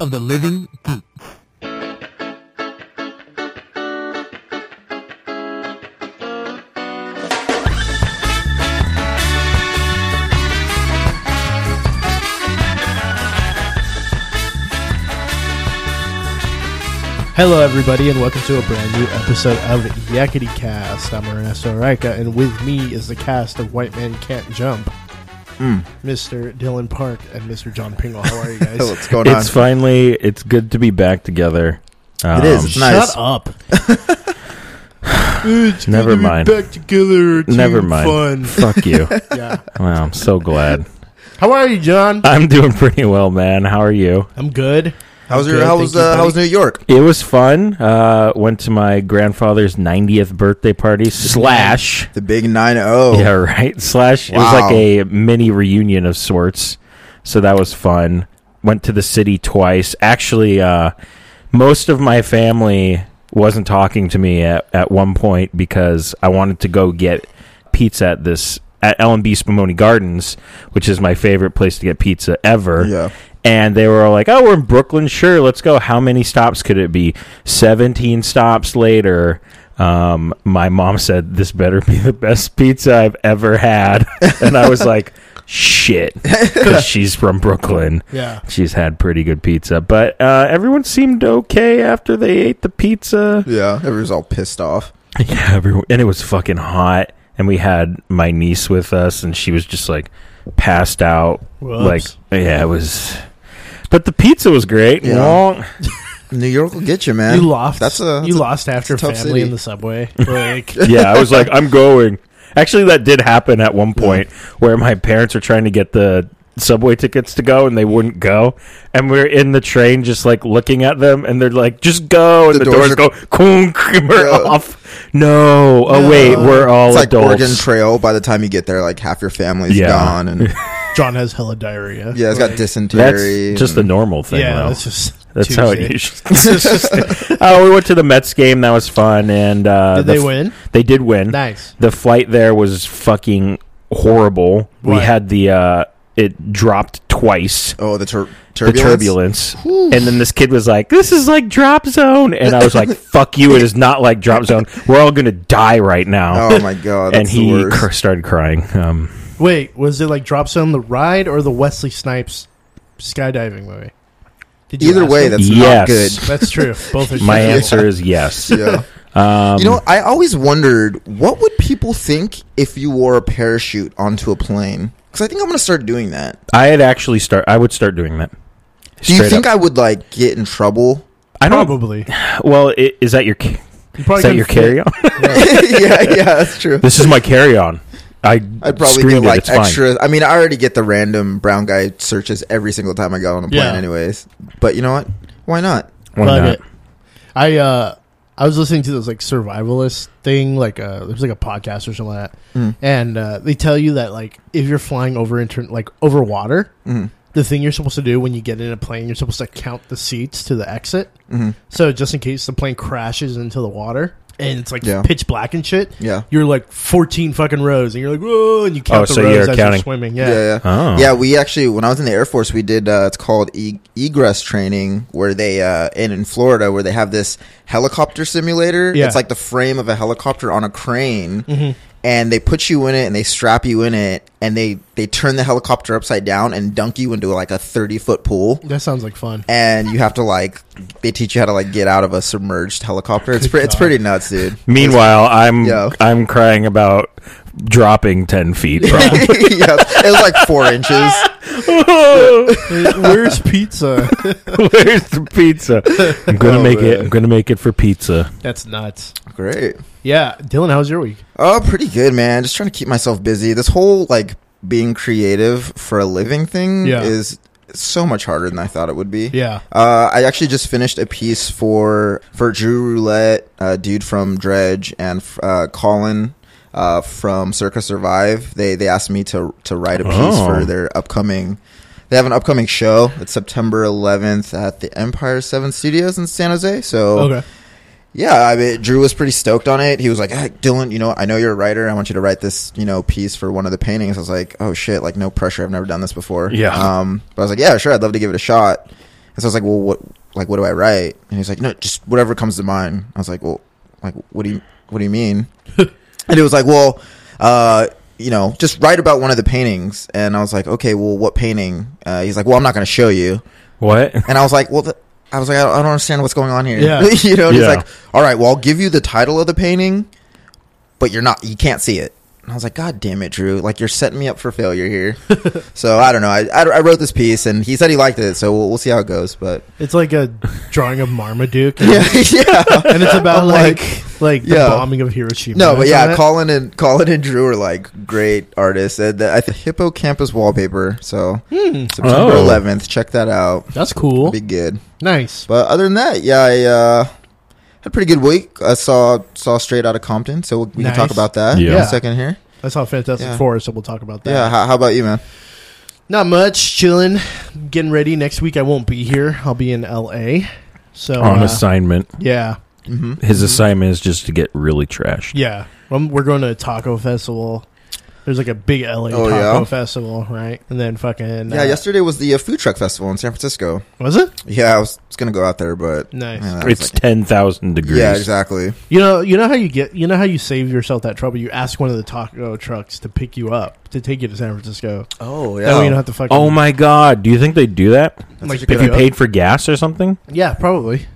of the living geek. Hello, everybody, and welcome to a brand new episode of Yakety Cast. I'm Ernesto Rica, and with me is the cast of White Man Can't Jump, Mr. Dylan Park and Mr. John Pingle. How are you guys? What's going It's on? finally it's good to be back together. Um, It is. It's nice. Shut up. Um, Never mind. back together. to Never mind. Fun. Fuck you. yeah. wow, I'm so glad. How are you, John? I'm doing pretty well, man. How are you? I'm good. How was Good, your, how was, thank you, uh, how was New buddy. York? It was fun. Uh, went to my grandfather's 90th birthday party slash. The big nine oh. zero. Yeah, right. Slash. It was Wow. like a mini reunion of sorts. So that was fun. Went to the city twice. Actually, uh, most of my family wasn't talking to me at, at one point because I wanted to go get pizza at this at L&B Spumoni Gardens, which is my favorite place to get pizza ever Yeah. and they were like, "Oh, we're in Brooklyn. Sure, let's go." How many stops could it be? Seventeen stops later, um, my mom said, "This better be the best pizza I've ever had," and I was like, "Shit," 'cause she's from Brooklyn. Yeah. She's had pretty good pizza, but uh, everyone seemed okay after they ate the pizza. Yeah. Everyone's all pissed off. Yeah, everyone, and it was fucking hot. And we had my niece with us, and she was just like passed out. Whoops. Like, yeah, it was. But the pizza was great. Yeah. Well, New York will get you, man. you lost. That's a. That's you a- lost after tough family city. in the subway. Like, yeah, I was like, I'm going. Actually, that did happen at one point where my parents were trying to get the subway tickets to go and they wouldn't go. And we are in the train just like looking at them and they're like, just go. And The the, doors doors, are- go, "Kunk," and we're Yeah. off. No. Oh, wait, we're all it's like adults. Oregon Trail. By the time you get there, like half your family's Yeah. gone, and John has hella diarrhea. yeah, it's got Like, That's dysentery. just a and- normal thing, Yeah, though. that's just. That's how it Tuesday. usually. Oh, we went to the Mets game. That was fun, and uh, Did the they f- win? They did win. Nice. The flight there was fucking horrible. We Why? had the uh, it dropped twice. oh the tur- The turbulence. turbulence, and then this kid was like, "This is like drop zone," and I was like, "Fuck you! It is not like drop zone. We're all gonna die right now." Oh my god! and That's the he worst. cr- started crying. Um, Wait, was it like Drop Zone the Ride or the Wesley Snipes skydiving movie? Did Either ask way, him? that's not Yes. that's true. Both are my true. answer is yes. good. Yeah. Um, you know, I always wondered what would people think if you wore a parachute onto a plane. Because I think I'm going to start doing that. I had actually start. I would start doing that. Do you think I would like get in trouble? I don't Probably. Well, i- is that your ca- You probably is that your couldn't fit- carry on? yeah, yeah, that's true. this is my carry on. I I'd probably screamed get it, like it's fine. extra. I mean, I already get the random brown guy searches every single time I got on a plane, Yeah. anyways. But you know what? Why not? Why Love not? it. I uh, I was listening to this like survivalist thing, like uh, there's like a podcast or something like that, Hmm. and uh, they tell you that like if you're flying over inter- like over water, Hmm. the thing you're supposed to do when you get in a plane, you're supposed to count the seats to the exit. Hmm. So just in case the plane crashes into the water and it's like Yeah. pitch black and shit, Yeah. you're like 14 fucking rows, and you're like whoa, and you count Oh, the so rows you're as counting. you're swimming. Yeah, Yeah, yeah. Oh. Yeah, we actually, when I was in the Air Force, we did. Uh, it's called e- egress training, where they uh, and in Florida, where they have this helicopter simulator. Yeah. Mm-hmm. It's like the frame of a helicopter on a crane, and they put you in it and they strap you in it, and they they turn the helicopter upside down and dunk you into like a thirty foot pool. that sounds like fun. and you have to like they teach you how to like get out of a submerged helicopter. It's pre- it's God. pretty nuts, dude. Meanwhile, I'm Yeah. I'm crying about dropping ten feet. yeah, probably. it was like four inches. Where's pizza? Where's the pizza? I'm gonna Oh, make it. man. I'm gonna make it for pizza. That's nuts. Great. Yeah, Dylan, how was your week? Oh, pretty good, man. Just trying to keep myself busy. This whole like being creative for a living thing Yeah. is so much harder than I thought it would be. Yeah. Uh, I actually just finished a piece for for Drew Roulette, a dude from Dredge, and uh, Colin uh, from Circa Survive. They they asked me to to write a piece Oh. for their upcoming. They have an upcoming show. It's September 11th at the Empire Seven Studios in San Jose. So Okay. yeah, I mean, Drew was pretty stoked on it. He was like, hey, Dylan, you know, I know you're a writer. I want you to write this, you know, piece for one of the paintings. I was like, oh shit, like no pressure. I've never done this before. Yeah. Um, but I was like, yeah, sure. I'd love to give it a shot. He's so I was like, well, what, like, what do I write? And he's like, no, just whatever comes to mind. I was like, well, like, what do you, what do you mean? and it was like, well, uh, you know, just write about one of the paintings. And I was like, okay, well, what painting? Uh, he's like, well, I'm not going to show you. What? And I was like, well, th- I was like, I don't, I don't understand what's going on here. Yeah. you know, and he's Yeah. like, all right, well, I'll give you the title of the painting, but you're not, you can't see it. And I was like, God damn it, Drew. Like, you're setting me up for failure here. so I don't know. I, I, I wrote this piece and he said he liked it. So we'll, we'll see how it goes. But It's like a drawing of Marmaduke, and yeah, yeah. it's about I'm like like the yeah. bombing of Hiroshima. No, but It's on yeah, it. Colin and Colin and Drew are like great artists. And the, I think hippocampus wallpaper. So September Oh. 11th, check that out. that's Hmm. cool. Be good. Nice. But other than that, yeah, I uh, had a pretty good week. I saw saw Straight Out of Compton, so we, we Nice. can talk about that in Yeah. a second here. That's how Fantastic Yeah. Four. So we'll talk about that. Yeah, how, how about you, man? Not much. Chilling. Getting ready. Next week I won't be here. I'll be in L.A. So On uh, assignment. yeah, Uh-huh. Mm-hmm. His assignment is just to get really trashed. yeah. Um, we're going to a taco festival. There's like a big L.A. Oh, taco yeah? festival, right? And then fucking Yeah, uh, yesterday was the uh, food truck festival in San Francisco. Was it Yeah, I was, was gonna go out there, but nice? man, that was It's like- ten thousand degrees. yeah, exactly. You know, you know how you get, you know how you save yourself that trouble. You ask one of the taco trucks to pick you up to take you to San Francisco. Oh That way you don't have to fucking. Oh my god! Do you think they do that? Like That's a pick good If you you up. paid for gas or something? Yeah, probably.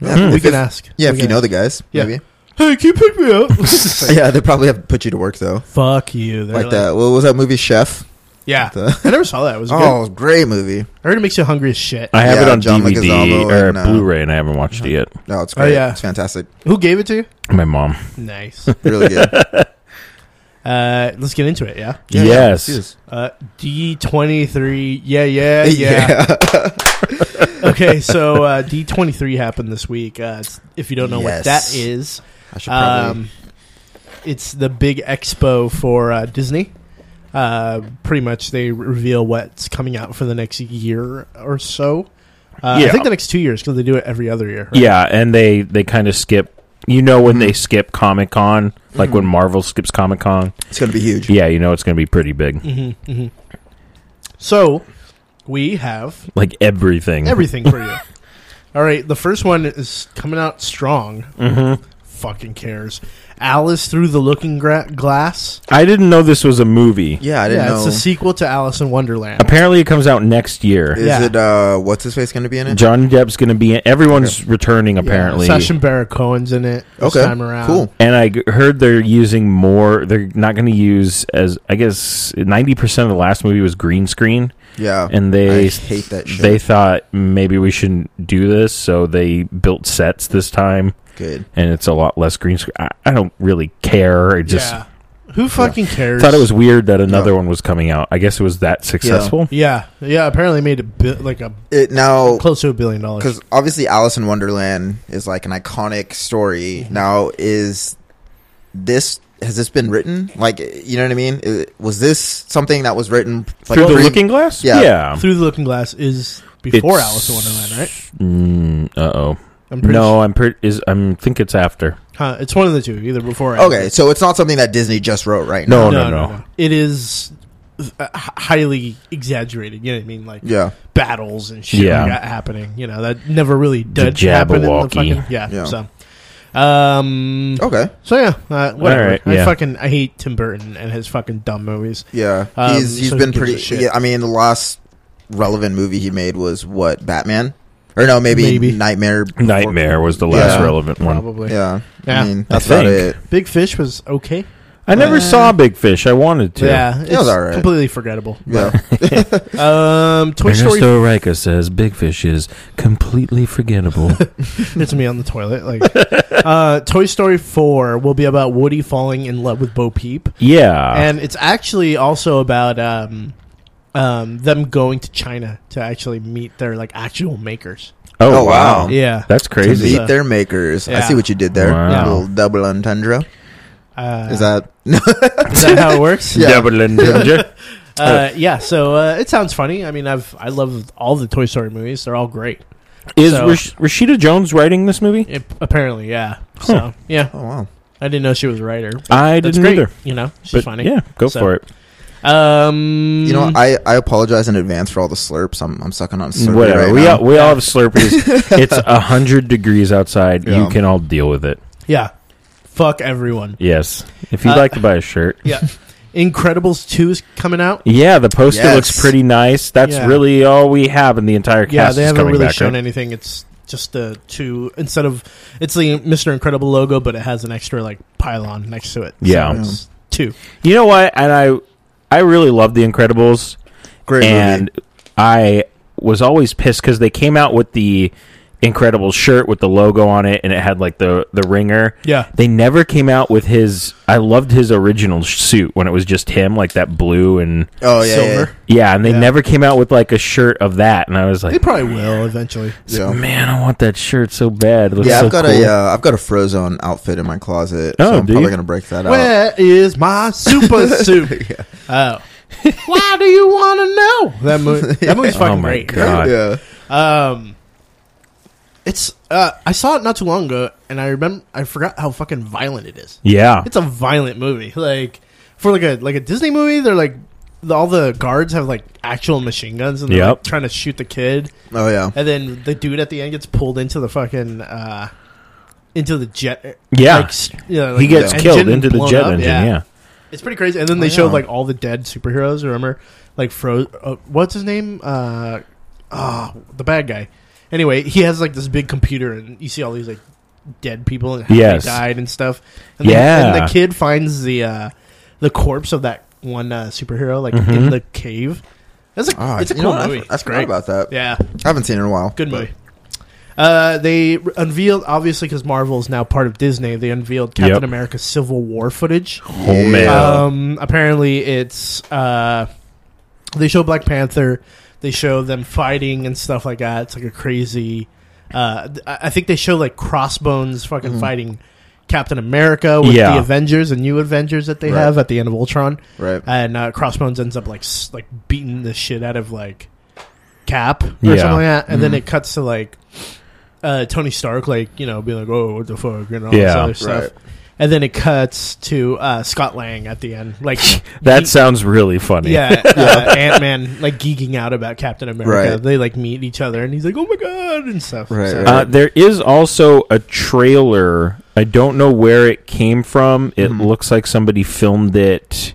Yeah, Hmm. We if, can if- ask. yeah, if We you can know the guys, Yeah. maybe. ask. Hey, can you pick me up? It's like, Yeah, they probably have to put you to work though. Fuck you. They're Like, that. What was that movie, Chef? Yeah, The- I never saw that. It was good. oh, great movie. I heard it makes you hungry as shit. I have Yeah, it on John DVD Leguizamo or and, uh, uh-huh. Blu-ray, and I haven't watched it yet. No, it's Oh, great. yeah. it's fantastic. Who gave it to you? My mom. Nice. Really good. uh, let's get into it. Yeah. Yeah, yeah, yes. it is. Uh, D twenty three. Yeah, yeah, yeah. okay, so uh, D twenty three happened this week. Uh, it's- if you don't know Yes. what that is, I should probably. Um, it's the big expo for uh, Disney. Uh, pretty much, they reveal what's coming out for the next year or so. Uh, I Yeah. think the next two years because they do it every other year. right? Yeah, and they they kind of skip. You know when Mm-hmm. they skip Comic Con, like when Marvel skips Comic Con. it's gonna be huge. Yeah, you know it's going to be pretty big. Mhm, mhm. So we have Like Mm-hmm. everything. everything for you. All right, the first one is coming out strong. Mhm. Fucking cares. Alice through the Looking gra- Glass. I didn't know this was a movie. Yeah, I didn't yeah, know. it's a sequel to Alice in Wonderland. Apparently, it comes out next year. Is Yeah. it uh what's his face going to be in it? Johnny Depp's going to be. Everyone's returning apparently. yeah, Sacha Baron Cohen's in it this okay, time around. cool. and I g- heard they're using more. They're not going to use as I guess ninety percent of the last movie was green screen, Yeah, and they Oh, I hate that shit. they thought maybe we shouldn't do this, so they built sets this time, good. and it's a lot less green screen. I, I don't really care. I just yeah. Who fucking cares? thought it was weird that another Yeah. one was coming out. I guess it was that successful. Yeah, yeah. Apparently made a bi- like a It now close to a billion dollars. because obviously Alice in Wonderland is like an iconic Mm-hmm. story. Now is this has this been written? Like you know what I mean? It- was this something that was written like, Through the pre- Looking Glass. Yeah. Through the Looking Glass is before Alice in Wonderland, right? Wonderland, right? Mm, uh oh. I'm No, sure- I'm pretty. Is I'm think it's after. huh, it's one of the two, either before. Or Okay, so it's not something that Disney just wrote, right? No, now. after. no, no. It is uh, h- highly exaggerated. You know what I mean? Like Yeah, battles and shit Yeah. like that happening. You know that never really The did happen in the Jabberwocky. fucking yeah. Yeah. So, um, okay, so yeah, uh, whatever. Oh. right, I yeah. fucking I hate Tim Burton and his fucking dumb movies. yeah. Um, he's he's so who been gives a pretty. shit? Yeah, I mean, the last relevant movie he made was what Batman, or no, maybe, Maybe. Nightmare. Before- Nightmare was the last Yeah. relevant one. Probably. Yeah, Yeah. I mean I that's about it. think. Big Fish was okay. I never Uh, saw Big Fish. I wanted to. Yeah, it's was alright. completely forgettable. Yeah. Um, Toy Story. Ernesto Rica says Big Fish is completely forgettable. it's me on the toilet. Like, uh, Toy Story Four will be about Woody falling in love with Bo Peep, yeah. and it's actually also about um, um, them going to China to actually meet their like actual makers. oh, Oh, wow. wow. Yeah, That's crazy. To meet their makers. I Yeah. see what you did there. Wow. Yeah. little double entendre. uh, Is that is that how it works? Yeah. Double entendre. Uh, yeah. So uh, it sounds funny. I mean, I've I love all the Toy Story movies. They're all great. is So- Rash- Rashida Jones writing this movie? It, apparently, yeah. Huh. So yeah, Oh wow. I didn't know she was a writer. I That's didn't great. either. You know, she's But funny. yeah, go So- for it. Um, You know, I, I apologize in advance for all the slurps. I'm I'm sucking on slurpee Whatever. right we now. all, we all have Slurpees. it's a hundred degrees outside. Yeah. You can all deal with it. yeah, fuck everyone. Yes. If you'd Uh, like to buy a shirt. Yeah, Incredibles two is coming out. Yeah, the poster Yes. looks pretty nice. That's Yeah. really all we have in the entire cast. yeah, they is haven't coming really back, shown right? anything. It's just the two instead of it's the Mister Incredible logo, but it has an extra like pylon next to it. Yeah. so it's two. You know what? And I, I really love The Incredibles, Great and movie. I was always pissed because they came out with the Incredibles shirt with the logo on it, and it had like the the ringer. Yeah, They never came out with his. I loved his original suit when it was just him, like that blue and Oh yeah, yeah, silver. yeah. And they Yeah. never came out with like a shirt of that. And I was They like, probably will eventually. yeah. yeah. man, I want that shirt so bad. It looks Yeah, so I've got cool. a uh, I've got a Frozone outfit in my closet. Oh, so I'm do probably you? gonna break that out. Where is my super soup? Oh. Why do you want to know that movie? That movie's fucking Oh my great. God. Yeah. Um, it's uh, I saw it not too long ago, and I remember I forgot how fucking violent it is. Yeah, It's a violent movie, like for like a like a Disney movie. They're like the- all the guards have like actual machine guns, and they're like, Yep. trying to shoot the kid, Oh yeah. and then the dude at the end gets pulled into the fucking uh, into the jet. Yeah. like, s- you know, like he gets the killed engine into the blown jet up. engine. yeah. It's pretty crazy. And then they Oh, showed yeah. like all the dead superheroes. Remember, like Fro, uh, what's his name? Uh, ah, the bad guy. Anyway, he has like this big computer, and you see all these like dead people and how Yes. they died and stuff. And Yeah. the, and the kid finds the uh, the corpse of that one uh, superhero like in Mhm. the cave. That's a Ah, it's a you cool know what? I movie. for- I That's forgot about that. Yeah, I haven't seen it in a while. good but- movie. Uh, they re- unveiled obviously because Marvel is now part of Disney. They unveiled Captain Yep. America Civil War footage. Oh man, Yeah. Um, apparently, it's uh, they show Black Panther. They show them fighting and stuff like that. It's like a crazy. Uh, th- I I think they show like Crossbones fucking Mm-hmm. fighting Captain America with Yeah. the Avengers and new Avengers that they Right. have at the end of Ultron, Right. and uh, Crossbones ends up like s- like beating the shit out of like Cap or Yeah. something like that, and then it cuts to like uh, Tony Stark like you know being like oh what the fuck and all this Yeah. other stuff. Right. And then it cuts to uh, Scott Lang at the end, like that he- sounds really funny. yeah, uh, Ant Man like geeking out about Captain America. Right. They like meet each other, and he's like, "Oh my god!" and stuff. Right, So- right. Uh, there is also a trailer. I don't know where it came from. It Mhm. looks like somebody filmed it.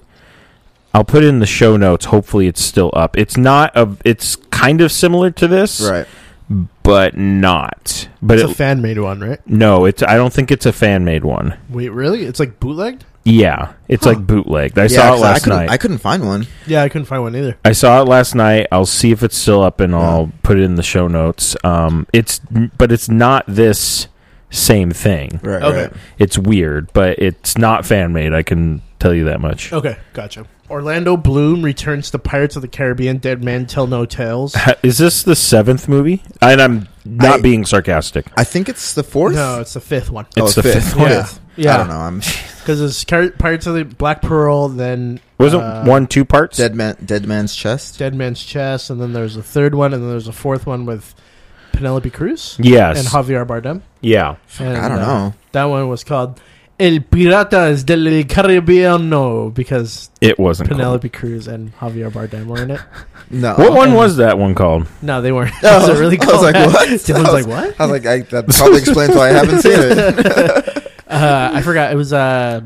I'll put it in the show notes. Hopefully, it's still up. It's not a. It's kind of similar to this, Right. but not. But it's it, a fan made one, right? no, it's. I don't think it's a fan made one. Wait, really? It's like bootlegged? Yeah, it's Huh. like bootlegged. I Yeah, saw it 'cause I last couldn't- night. I couldn't find one. Yeah, I couldn't find one either. I saw it last night. I'll see if it's still up, and I'll put it in the show notes. Um, it's but it's not this same thing. Right. Okay. Right. It's weird, but it's not fan made. I can tell you that much. Okay, gotcha. Orlando Bloom returns to Pirates of the Caribbean: Dead Men Tell No Tales. Ha- Is this the seventh movie? And I'm not I- being sarcastic. I think it's the fourth. No, it's the fifth one. Oh, It's the fifth one. Fifth. Yeah. I don't know. I'm Because it's Car- Pirates of the Black Pearl, then Wasn't uh, one two parts? dead man. Dead man's chest. Dead Man's Chest, and then there's a third one, and then there's a fourth one with Penelope Cruz Yes. and Javier Bardem. yeah. And, I don't uh, know. That one was called El Piratas del Caribbeano because It wasn't. Penelope Cruz and Javier Bardem were in it. No. Called. What one was that one called? No, they weren't. Oh, was it really I was called like, that? what? Dylan's I like, what? I was like, I, that probably explains why I haven't seen it. Uh, I forgot. It was uh,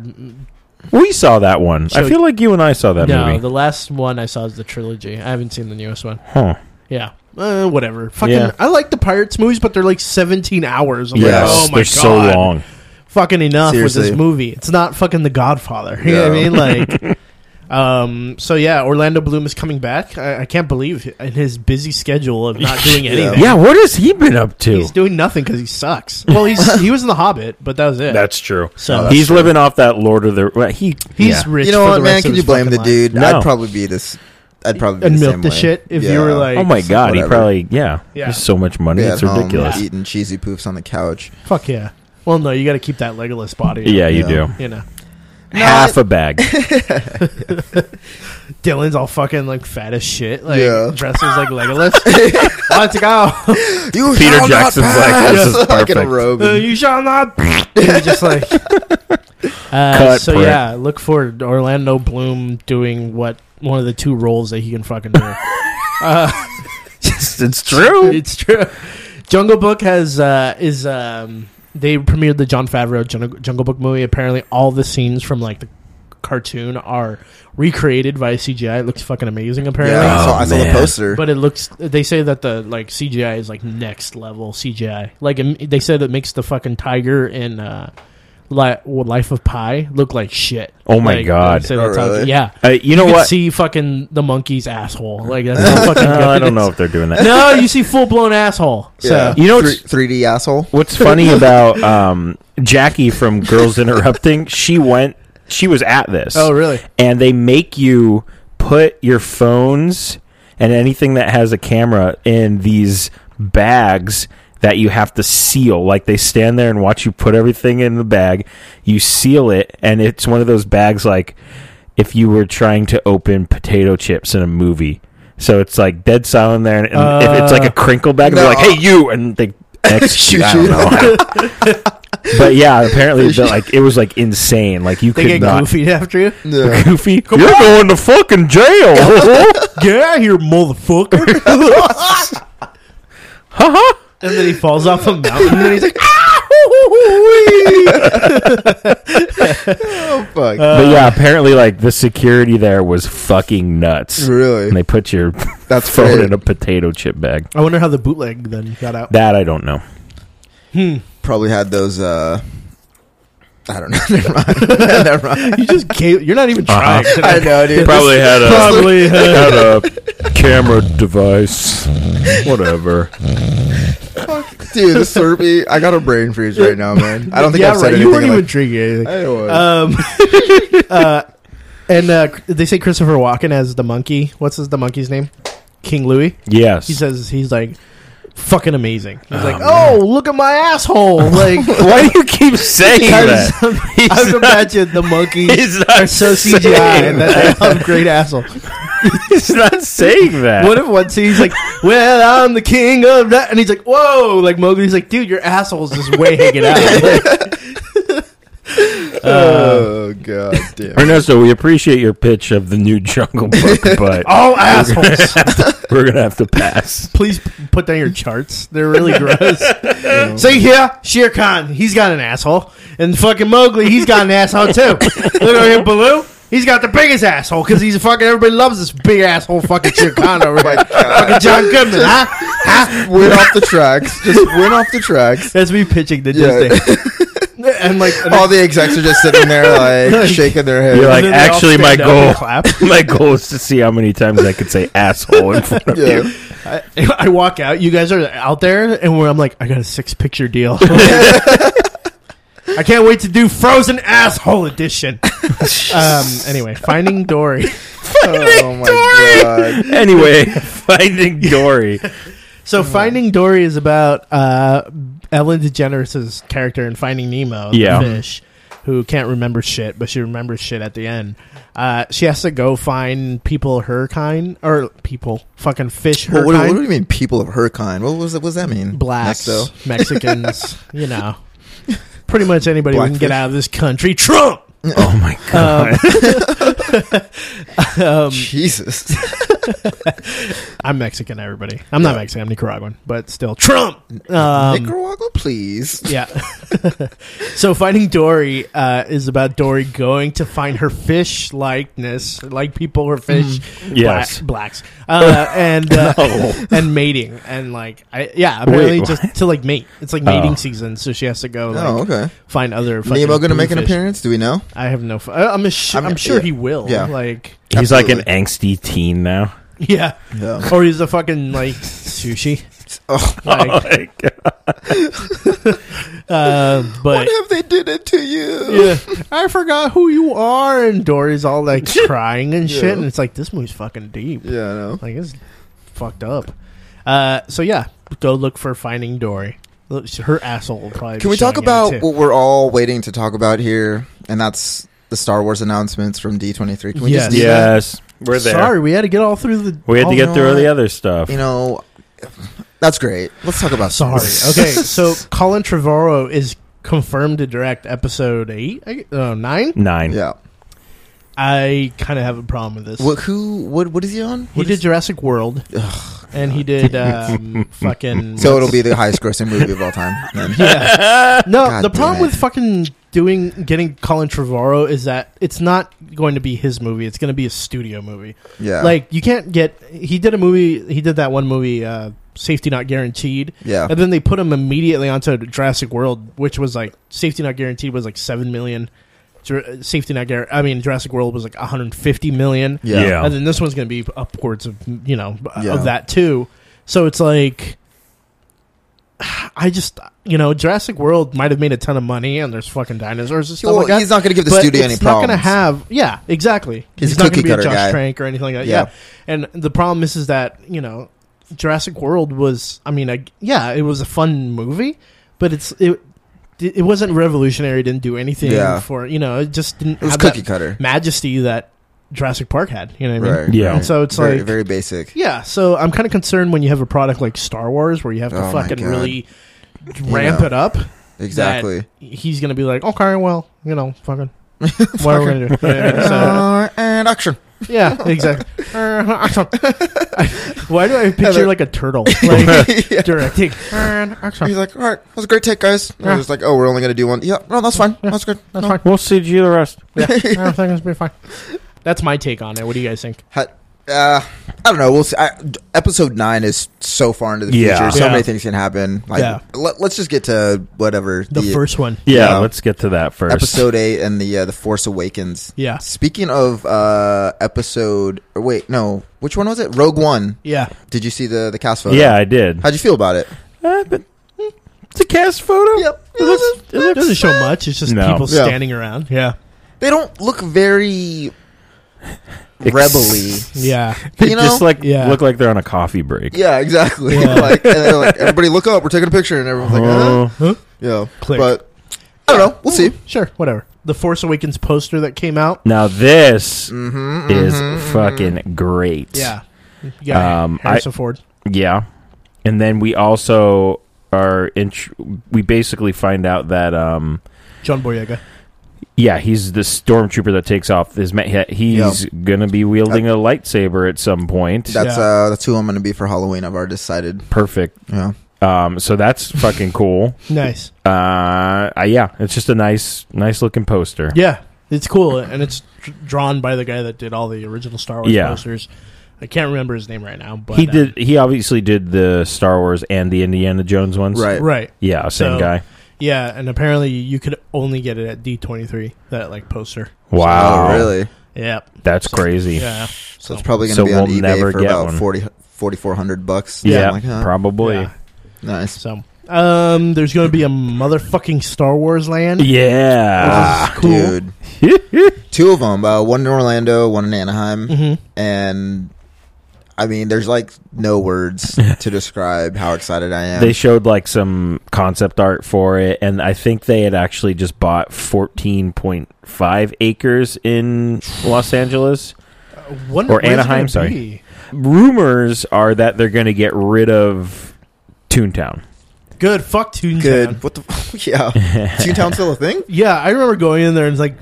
We saw that one. So- I feel like you and I saw that no. movie. The last one I saw is the trilogy. I haven't seen the newest one. huh. Yeah. Uh, whatever. Fucking. Yeah. I like the pirates movies, but they're like seventeen hours. I'm Yes, Like, oh my they're god. so long. Fucking enough with Seriously. this movie. It's not fucking The Godfather. You know what I mean? Like. Um. So yeah, Orlando Bloom is coming back. I, I can't believe in his busy schedule of not doing Yeah. anything. Yeah, what has he been up to? He's doing nothing because he sucks. Well, he's he was in The Hobbit, but that was it. That's true. so Oh, that's He's living off that Lord of the. well, He he's yeah. rich. you know for what, the man? rest Can of you his blame the fucking dude? No. I'd probably be this. I'd probably be And the milk same the way. shit if you were like- Oh my It's god, he whatever. probably yeah. Yeah. He's so much money, Yeah, it's at home, ridiculous. Yeah. Yeah, eating cheesy poofs on the couch. life. Fuck yeah. Well, no, you got to keep that Legolas body. up, you Yeah. do. You know, Half a bag. Dylan's all fucking like fat as shit. Like Yeah. dresses like Legolas. Let's go. You Peter shall not Jackson's like, pass! this is Like in a perfect. robe. Uh, you shall not. And you're just like. Uh, Cut, so prick. yeah, look for Orlando Bloom doing what one of the two roles that he can fucking do. uh, it's, it's true. it's true. Jungle Book has uh, is um, they premiered the John Favreau Jungle, Jungle Book movie. Apparently, all the scenes from like the cartoon are recreated via CGI. It looks fucking amazing. Apparently, Yeah, I Oh, saw, I saw the man. poster. But it looks. They say that the like CGI is like next level CGI. Like it, they said, it makes the fucking tiger in uh, Li- well, Life of Pi look like shit. Oh my Like, God. they say Oh, that's how- really? yeah. Uh, you know You what? can see fucking the monkey's asshole. Like that's how fucking. Uh, good I it don't is. know if they're doing that. No, you see full blown asshole. So yeah. You know Three- what's- 3D asshole. What's funny about um, Jackie from Girls Interrupting? She went. She was at this. Oh really? and they make you put your phones and anything that has a camera in these bags that you have to seal like they stand there and watch you put everything in the bag you seal it and it's one of those bags like if you were trying to open potato chips in a movie so it's like dead silent there and, and if it's like a crinkle bag they're Uh, No. like hey you and they X you, Shoot I don't you. know. but yeah apparently they're like it was like insane like you They could get not goofy after you. Yeah. Goofy, you're going to fucking jail. Get out of here, motherfucker! Haha. and then he falls off a mountain, and he's like, oh fuck! Uh, but yeah, apparently, like the security there was fucking nuts, and really? they put your That's phone great. in a potato chip bag. "I wonder how the bootleg then got out." That I don't know. Hmm. Probably had those. uh I don't know. Never mind. Never mind. You just gave, you're not even trying. Uh-huh. today. I know, dude. Probably had a Probably, uh, had a camera device, whatever. Dude, this Slurpee, I got a brain freeze right now, man. I don't think yeah, I've said right. anything. You weren't even like, drinking anything. I was. Um, uh, and uh, they say Christopher Walken as the monkey. What's his, the monkey's name? King Louis. Yes. He says he's like fucking amazing. He's like, man. oh, look at my asshole. Like, Why do you keep saying because that? He's I would not- imagine the monkeys He's not are so saying CGI and that. that they have great asshole. He's not saying that. What if one scene he's like, "Well, I'm the king of that," and he's like, "Whoa!" Like Mowgli's like, "Dude, your asshole's just way hanging out." Uh, oh god, damn. Ernesto, we appreciate your pitch of the new Jungle Book, but All assholes. we're gonna have to pass. Please p- put down your charts. They're really gross. See here, Shere Khan, he's got an asshole, and fucking Mowgli, he's got an asshole too. Look at him, Baloo. He's got the biggest asshole because he's a fucking. Everybody loves this big asshole fucking Shere Khan over there. fucking John Goodman, huh? huh? went off the tracks. Just went off the tracks. That's me pitching the Yeah. Disney. and like, and All the execs are just sitting there, like shaking their head. You're like, then they all actually, my stand up and goal, clap. my goal is to see how many times I could say asshole in front of yeah. you. I, I walk out. You guys are out there, and where I'm like, I got a six picture deal. I can't wait to do Frozen Asshole Edition. um, anyway, Finding Dory. Oh my god. Anyway, Finding Dory. So Finding Dory is about uh, Ellen DeGeneres' character in Finding Nemo, the Yeah. fish, who can't remember shit, but she remembers shit at the end. Uh, she has to go find people her kind or people fucking fish her Well, what, kind. what do you mean, people of her kind? What was that? What does that mean? blacks, Nexo? Mexicans, you know, pretty much anybody we can get Blackfish. out of this country. Trump. Oh my god! Um, um, Jesus. I'm Mexican, everybody. I'm not Yeah. Mexican. I'm Nicaraguan, but still Trump. Um, Nicaragua, please. yeah. so finding Dory uh, is about Dory going to find her fish likeness, like people her fish, Mm. Yes. bla- blacks, uh, and uh, No. and mating, and like I, yeah, apparently Wait, just to like mate. It's like mating Oh. season, so she has to go. Like, Oh, okay. find other. fucking Nemo gonna make an bluefish. appearance? Do we know? I have no. F- I- I'm, assu- I'm, I'm- sure yeah. he will. Yeah. Like He's like an angsty teen now. yeah, Yeah. or he's a fucking like sushi. Oh, Oh Like, my God. uh, but what if they did it to you? yeah, I forgot who you are, and Dory's all like crying and shit, Yeah. and it's like this movie's fucking deep. Yeah, I know. Like it's fucked up. Uh, so yeah, go look for Finding Dory. Look, Her asshole will probably. Can be we talk showing in it, about too. what we're all waiting to talk about here? And that's the Star Wars announcements from D23. Can we Yes. just do that? Yes, we're there. Sorry, Oh we had to get all through the. We had all to get no, through all the I- other stuff. You know, that's great. Let's talk about Sorry. Okay, so Colin Trevorrow is confirmed to direct episode eight, I- uh, nine. Nine. yeah. I kind of have a problem with this. What? Who? What? What is he on? he What did is- Jurassic World, and he did um, fucking. so it'll be the highest grossing movie of all time. then. Yeah. No, God the damn it. problem with fucking doing getting Colin Trevorrow is that it's not going to be his movie. It's going to be a studio movie. Yeah. Like you can't get. He did a movie. He did that one movie, uh, Safety Not Guaranteed, Yeah. and then they put him immediately onto Jurassic World, which was like Safety Not Guaranteed was like seven million. Jur- uh, Safety Not Guaranteed. I mean, Jurassic World was like 150 million. Yeah. Yeah. And then this one's going to be upwards of you know Yeah. of that too. So it's like I just you know Jurassic World might have made a ton of money and there's fucking dinosaurs and stuff Well, like that. he's not going to give the but studio it's any not problems. going to have yeah exactly. He's a not gonna cookie be a cutter Josh guy. Trank or anything like that. Yeah. Yeah. And the problem is is that you know Jurassic World was I mean I, yeah it was a fun movie but it's it it wasn't revolutionary didn't do anything Yeah. for you know it just didn't it was have that cookie cutter. majesty that Jurassic Park had. You know what I mean? Right. Yeah. right. So it's very, like- very basic. Yeah. So I'm kind of concerned when you have a product like Star Wars where you have to Oh my fucking God. really ramp know. it up. Exactly. He's gonna be like, okay, well, you know, fucking. what are we gonna do? So, Uh, and action. yeah, exactly. Why do I picture Heather. like a turtle like Yeah. directing? He's like, all right, that was a great take, guys. And Yeah. it's like, oh, we're only going to do one. Yeah, no, that's fine. That's good. That's fine. We'll see you the rest. Yeah, everything's be fine. That's my take on it. What do you guys think? Ha- uh, I don't know. We'll see. I, episode nine is so far into the Yeah. future. So Yeah. many things can happen. Like, Yeah. let, us just get to whatever The first one. Yeah, Yeah. let's get to that first. episode eight and the uh, the Force Awakens. Yeah. Speaking of uh, episode, or wait, no, which one was it? Rogue One. Yeah. Did you see the the cast photo? yeah, I did. How'd you feel about it? Uh, but it's a cast photo. Yep. It looks, it It looks, doesn't show much. It's just No. people Yeah. standing around. Yeah. They don't look very Ex- rebelly. Yeah. They You just know? like Yeah. look like they're on a coffee break. Yeah, exactly. Yeah. Uh-huh. like, and they're like, everybody look up. We're taking a picture, and everyone's like, uh-huh. huh? Oh, yeah. Click. But I don't know. We'll see. Sure, whatever. The Force Awakens poster that came out. now this Mm-hmm, is fucking great. Yeah. Yeah. Um, Harrison Ford. Yeah. And then we also are int- we basically find out that um John Boyega. yeah, he's the stormtrooper that takes off his ma- he- he's going to be wielding a lightsaber at some point. That's Yeah. uh, that's who I'm going to be for Halloween. I've already decided. Perfect. Yeah. Um so that's fucking cool. Nice. Uh, uh yeah, it's just a nice nice looking poster. Yeah. It's cool and it's dr- drawn by the guy that did all the original Star Wars Yeah. posters. I can't remember his name right now, but he uh, did he obviously did the Star Wars and the Indiana Jones ones. Right. Right. Yeah, same So- guy. Yeah, and apparently you could only get it at D23 that like poster. Wow. Oh, really? Yep. That's crazy. Yeah. So it's probably going to So be on we'll eBay never for get about one. 40 4400 bucks. Yeah, Something like that. probably. yeah. nice. So um there's going to be a motherfucking Star Wars land. Yeah. Ah, cool. dude. Two of them. Uh, one in Orlando, one in Anaheim, Mhm. and I mean, there's like no words to describe how excited I am. They showed like some concept art for it, and I think they had actually just bought 14.5 acres in Los Angeles. I wonder Or where's it Anaheim, gonna sorry. be. Rumors are that they're going to get rid of Toontown. Good. Fuck Toontown. Good. What the? yeah. Toontown still a thing? Yeah, I remember going in there and it's like,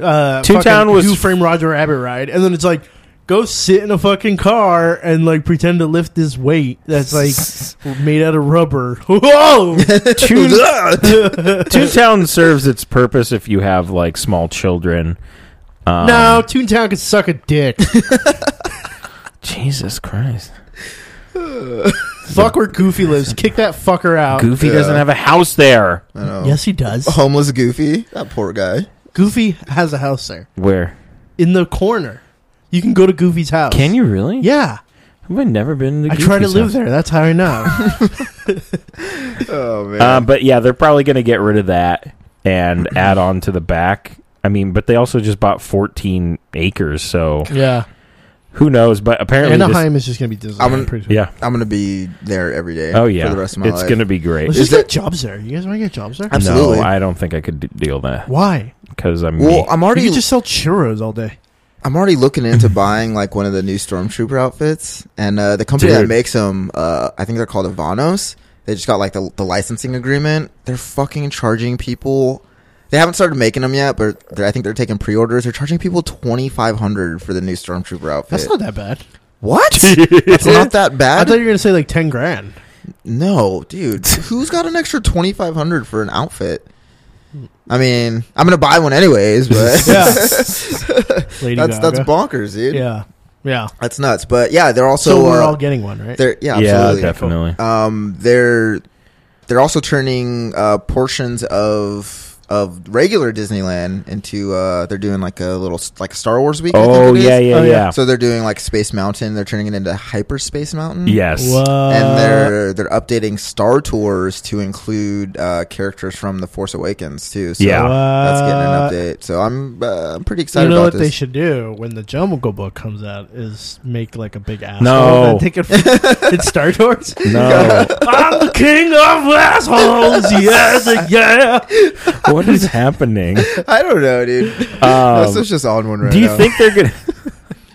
uh, Toontown fucking was- Who Framed Roger Rabbit ride, and then it's like, go sit in a fucking car and like pretend to lift this weight that's like made out of rubber. Whoa! Toon- Toontown serves its purpose if you have like small children. Um, no, Toontown can suck a dick. Jesus Christ. Fuck where Goofy lives. Kick that fucker out. Goofy Yeah. doesn't have a house there. I don't know. yes, he does. Oh. Homeless Goofy. That poor guy. Goofy has a house there Where? in the corner. You can go to Goofy's house. Can you really? Yeah, Have I never been to I try to Goofy's live house? there. That's how I know. Oh man. Um, but yeah, they're probably going to get rid of that and add on to the back. I mean, but they also just bought 14 acres, so yeah, who knows? But apparently, this- Anaheim is just gonna be Disney. I'm- pretty soon. yeah. I'm gonna be there every day. Oh yeah, For the rest of my it's life. going to be great. Let's Is just that- get jobs there. You guys want to get jobs there? Absolutely. No, I don't think I could d- deal that Why? because I'm me. well, I'm already you could just sell churros all day. I'm already looking into buying like one of the new stormtrooper outfits, and uh, the company that Dude. makes them, uh, I think they're called Avanos. They just got like the, the licensing agreement. They're fucking charging people. They They haven't started making them yet, but they're- I think they're taking pre-orders. They're charging people twenty five hundred for the new stormtrooper outfit. That's not that bad. what? That's not that I bad. thought you were gonna say like ten grand. no, dude. Who's got an extra twenty five hundred for an outfit? I mean, I'm gonna buy one anyways, but Yeah. Lady that's that's Gaga. bonkers, dude. yeah, yeah. That's nuts. But yeah, they're also So, we're uh, all getting one, right? they're yeah, yeah, absolutely. definitely. Um, they're they're also turning uh, portions of of regular Disneyland into uh, they're doing like a little s- like Star Wars week. I think Oh it is. yeah, yeah, Oh, yeah. yeah. So they're doing like Space Mountain. They're turning it into Hyperspace Mountain. Yes. Whoa. Uh, And they're they're updating Star Tours to include uh, characters from The Force Awakens too. So Yeah. that's What? getting an update. So I'm uh, I'm pretty excited you know about what this. they should do when the Jungle Book comes out is make like a big asshole No. and take it from- it's Star Wars. No. I'm the king of assholes. Yes, yeah. what is happening? I don't know, dude. Um, this is just on one right do you now. think they're gonna?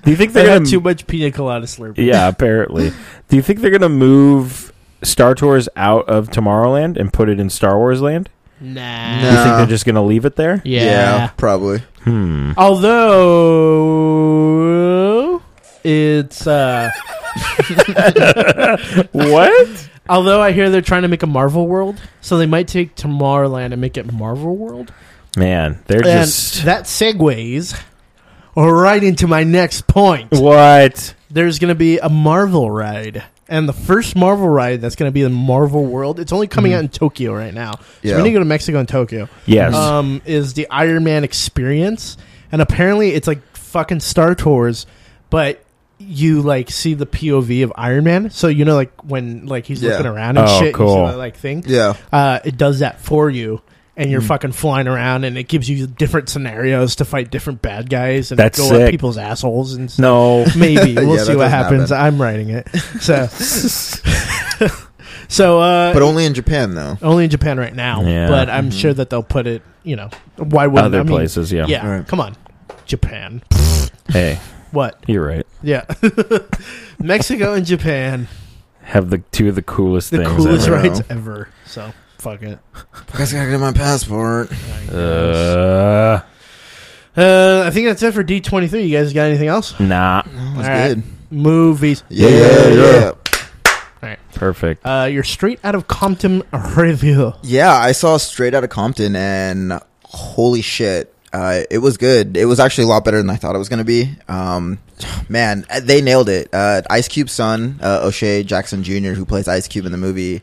Do you think They they're had gonna? too much pina colada slurp. yeah, apparently. Do you think they're gonna move Star Tours out of Tomorrowland and put it in Star Wars Land? Nah. Do you think Nah. they're just gonna leave it there? Yeah. probably. Hmm. Although it's uh Uh, What? although I hear they're trying to make a Marvel world, so they might take Tomorrowland and make it Marvel World. Man, they're And just that segues right into my next point. what? There's going to be a Marvel ride. And the first Marvel ride that's going to be the Marvel World, it's only coming out Mm-hmm. in Tokyo right now. So Yeah. we need to go to Mexico and Tokyo. Yes. Um, is the Iron Man experience. And apparently it's like fucking Star Tours, but you like see the POV of Iron Man. So you know like when like he's Yeah. looking around and Oh, shit, you cool. see that, like thing Yeah. uh, it does that for you and you're fucking flying around and it gives you different scenarios to fight different bad guys and That's go sick. at people's assholes and stuff. no. maybe we'll Yeah, see that what does happens i'm writing it so so uh But only in Japan though. only in japan right now Yeah. Mm-hmm. but i'm sure that they'll put it you know why wouldn't Other I mean, places, yeah. yeah Right. come on japan Hey, what you're right. yeah mexico and japan Have the two of the coolest the things. coolest ever. right. rides ever so fuck it I guess I gotta get my passport. I guess. Uh, Uh, I think that's it for D twenty three. You guys got anything else? nah. That was All right. good. Movies. Yeah, yeah, yeah. Perfect. Uh, you're straight out of Compton review. Yeah, I saw Straight Outta Compton, and holy shit, uh, it was good. It was actually a lot better than I thought it was gonna be. Um, man, they nailed it. Uh, Ice Cube's son, uh, O'Shea Jackson Jr., who plays Ice Cube in the movie,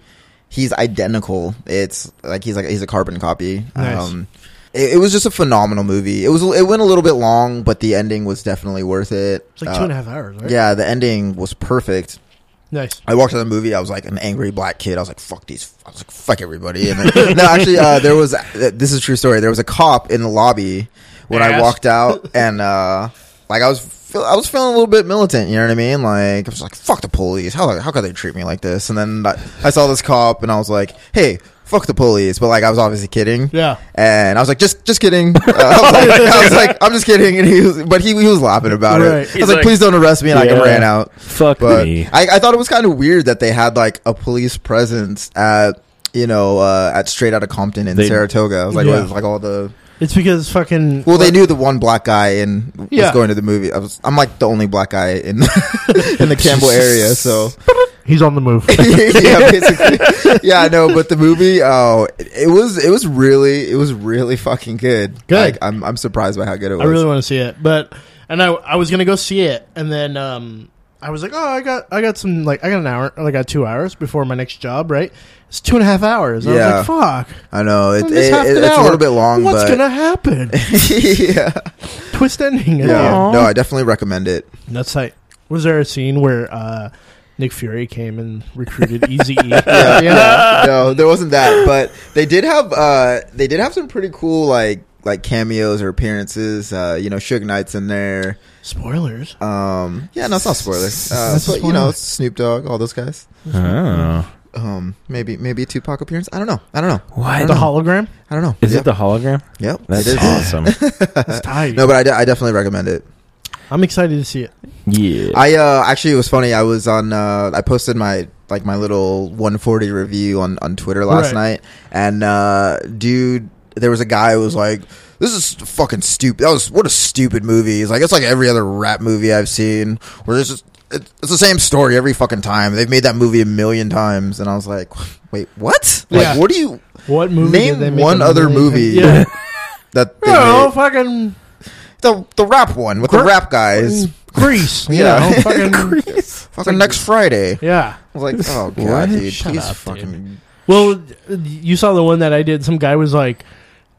he's identical. It's like he's like he's a carbon copy. Nice. Um, it, it was just a phenomenal movie. It was it went a little bit long, but the ending was definitely worth it. It's like two and a half hours, right? Uh, Yeah, the ending was perfect. Nice. I walked out of the movie. I was like an angry black kid. I was like, "Fuck these!" I was like, "Fuck everybody!" And then, no, actually, uh, there was. This is a true story. There was a cop in the lobby when I Ass. walked out, and uh, like I was, feel, I was feeling a little bit militant. You know what I mean? Like I was like, "Fuck the police! How how could they treat me like this?" And then I, I saw this cop, and I was like, "Hey, fuck the police!" But like I was obviously kidding. Yeah. And I was like, just, just kidding. Uh, I, was like, I was like, I'm just kidding. And he was, but he, he was laughing about Right. it. I He's was like, like, please don't arrest me. And yeah. I ran out. Fuck But me. I, I thought it was kind of weird that they had like a police presence at you know uh, at straight out of Compton in They- Saratoga. I was like, Yeah. with, like all the It's because fucking. well, they knew the one black guy and was Yeah. going to the movie. I was, I'm like the only black guy in in the Campbell area, so He's on the move. yeah, basically, yeah, I know. But the movie, oh, it, it was it was really it was really fucking good. Good. Like, I'm I'm surprised by how good it was. I really want to see it, but and I I was gonna go see it, and then um I was like, oh, I got I got some like I got an hour, I got two hours before my next job, right? It's two and a half hours. I Yeah. was like, fuck. I know it, I it, missed half it- an it's a hour. little bit long, What's but gonna happen? yeah, Twist ending. yeah. Aw. No, I definitely recommend it. That's like, was there a scene where uh, Nick Fury came and recruited Easy E? yeah, yeah. no, there wasn't that, but they did have uh, they did have some pretty cool like like cameos or appearances. Uh, you know, Suge Knight's in there. Spoilers. Um, yeah, no, it's not spoiler. Uh, That's but you spoiler. know, Snoop Dogg, all those guys. Oh. Um, maybe maybe a Tupac appearance. I don't know. I don't know. What? The hologram. I don't know. is yep. it the hologram? Yep. That's it is. awesome. That's tight. No, but I, de- I definitely recommend it. I'm excited to see it. yeah. I uh, actually it was funny. I was on. Uh, I posted my like my little 140 review on on Twitter last Right. night, and uh, dude. there was a guy who was like, "This is fucking stupid. That was what a stupid movie." He's like, "It's like every other rap movie I've seen where there's just." it- It's the same story every fucking time. They've made that movie a million times, and I was like, "Wait, what? Like, Yeah. what do you What movie? Name did they make one a other million movie. times? that they Yeah. Oh, made- fucking the the rap one with the rap guys? Mm. Grease. You Yeah. know, fucking, Fucking next Friday." yeah. I was like, "Oh What? god, dude, Shut please up, fucking." Well, you saw the one that I did. Some guy was like,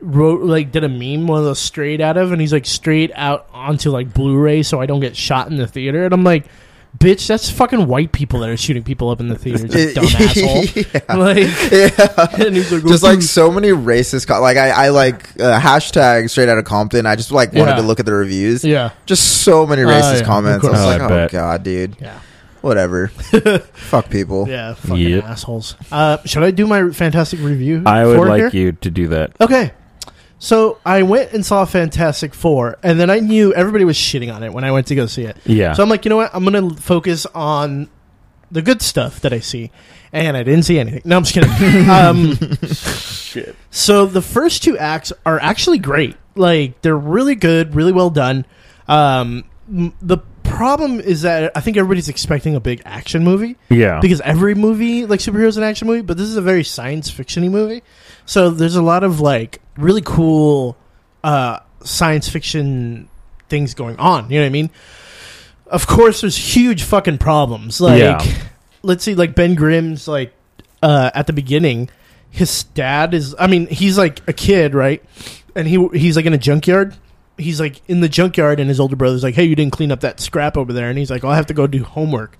wrote like did a meme one of those straight out of, and he's like straight out onto like Blu-ray, so I don't get shot in the theater. And I'm like, bitch, that's fucking white people that are shooting people up in the theaters, you dumb asshole. Like, Yeah. and he's like, Just like so many racist, co- like I, I like uh, hashtag straight out of Compton. I just like wanted Yeah. to look at the reviews. yeah, Just so many Oh, racist yeah, of comments. I was course. like, Oh, I oh bet. god, dude, yeah, whatever. Fuck people. yeah, fucking Yep. assholes. Uh, should I do my fantastic review? I would for it like here? you to do that. Okay. So I went and saw Fantastic Four, and then I knew everybody was shitting on it when I went to go see it. Yeah. So I'm like, you know what? I'm gonna focus on the good stuff that I see, and I didn't see anything. No, I'm just kidding. um, Shit. so the first two acts are actually great. Like they're really good, really well done. Um, m- the problem is that I think everybody's expecting a big action movie Yeah. because every movie like superheroes an action movie but this is a very science fictiony movie so there's a lot of like really cool uh science fiction things going on you know what i mean of course there's huge fucking problems like Yeah. let's see like ben grimm's like uh at the beginning his dad is i mean he's like a kid right and he he's like in a junkyard he's like in the junkyard and his older brother's like hey you didn't clean up that scrap over there and he's like "Oh, i have to go do homework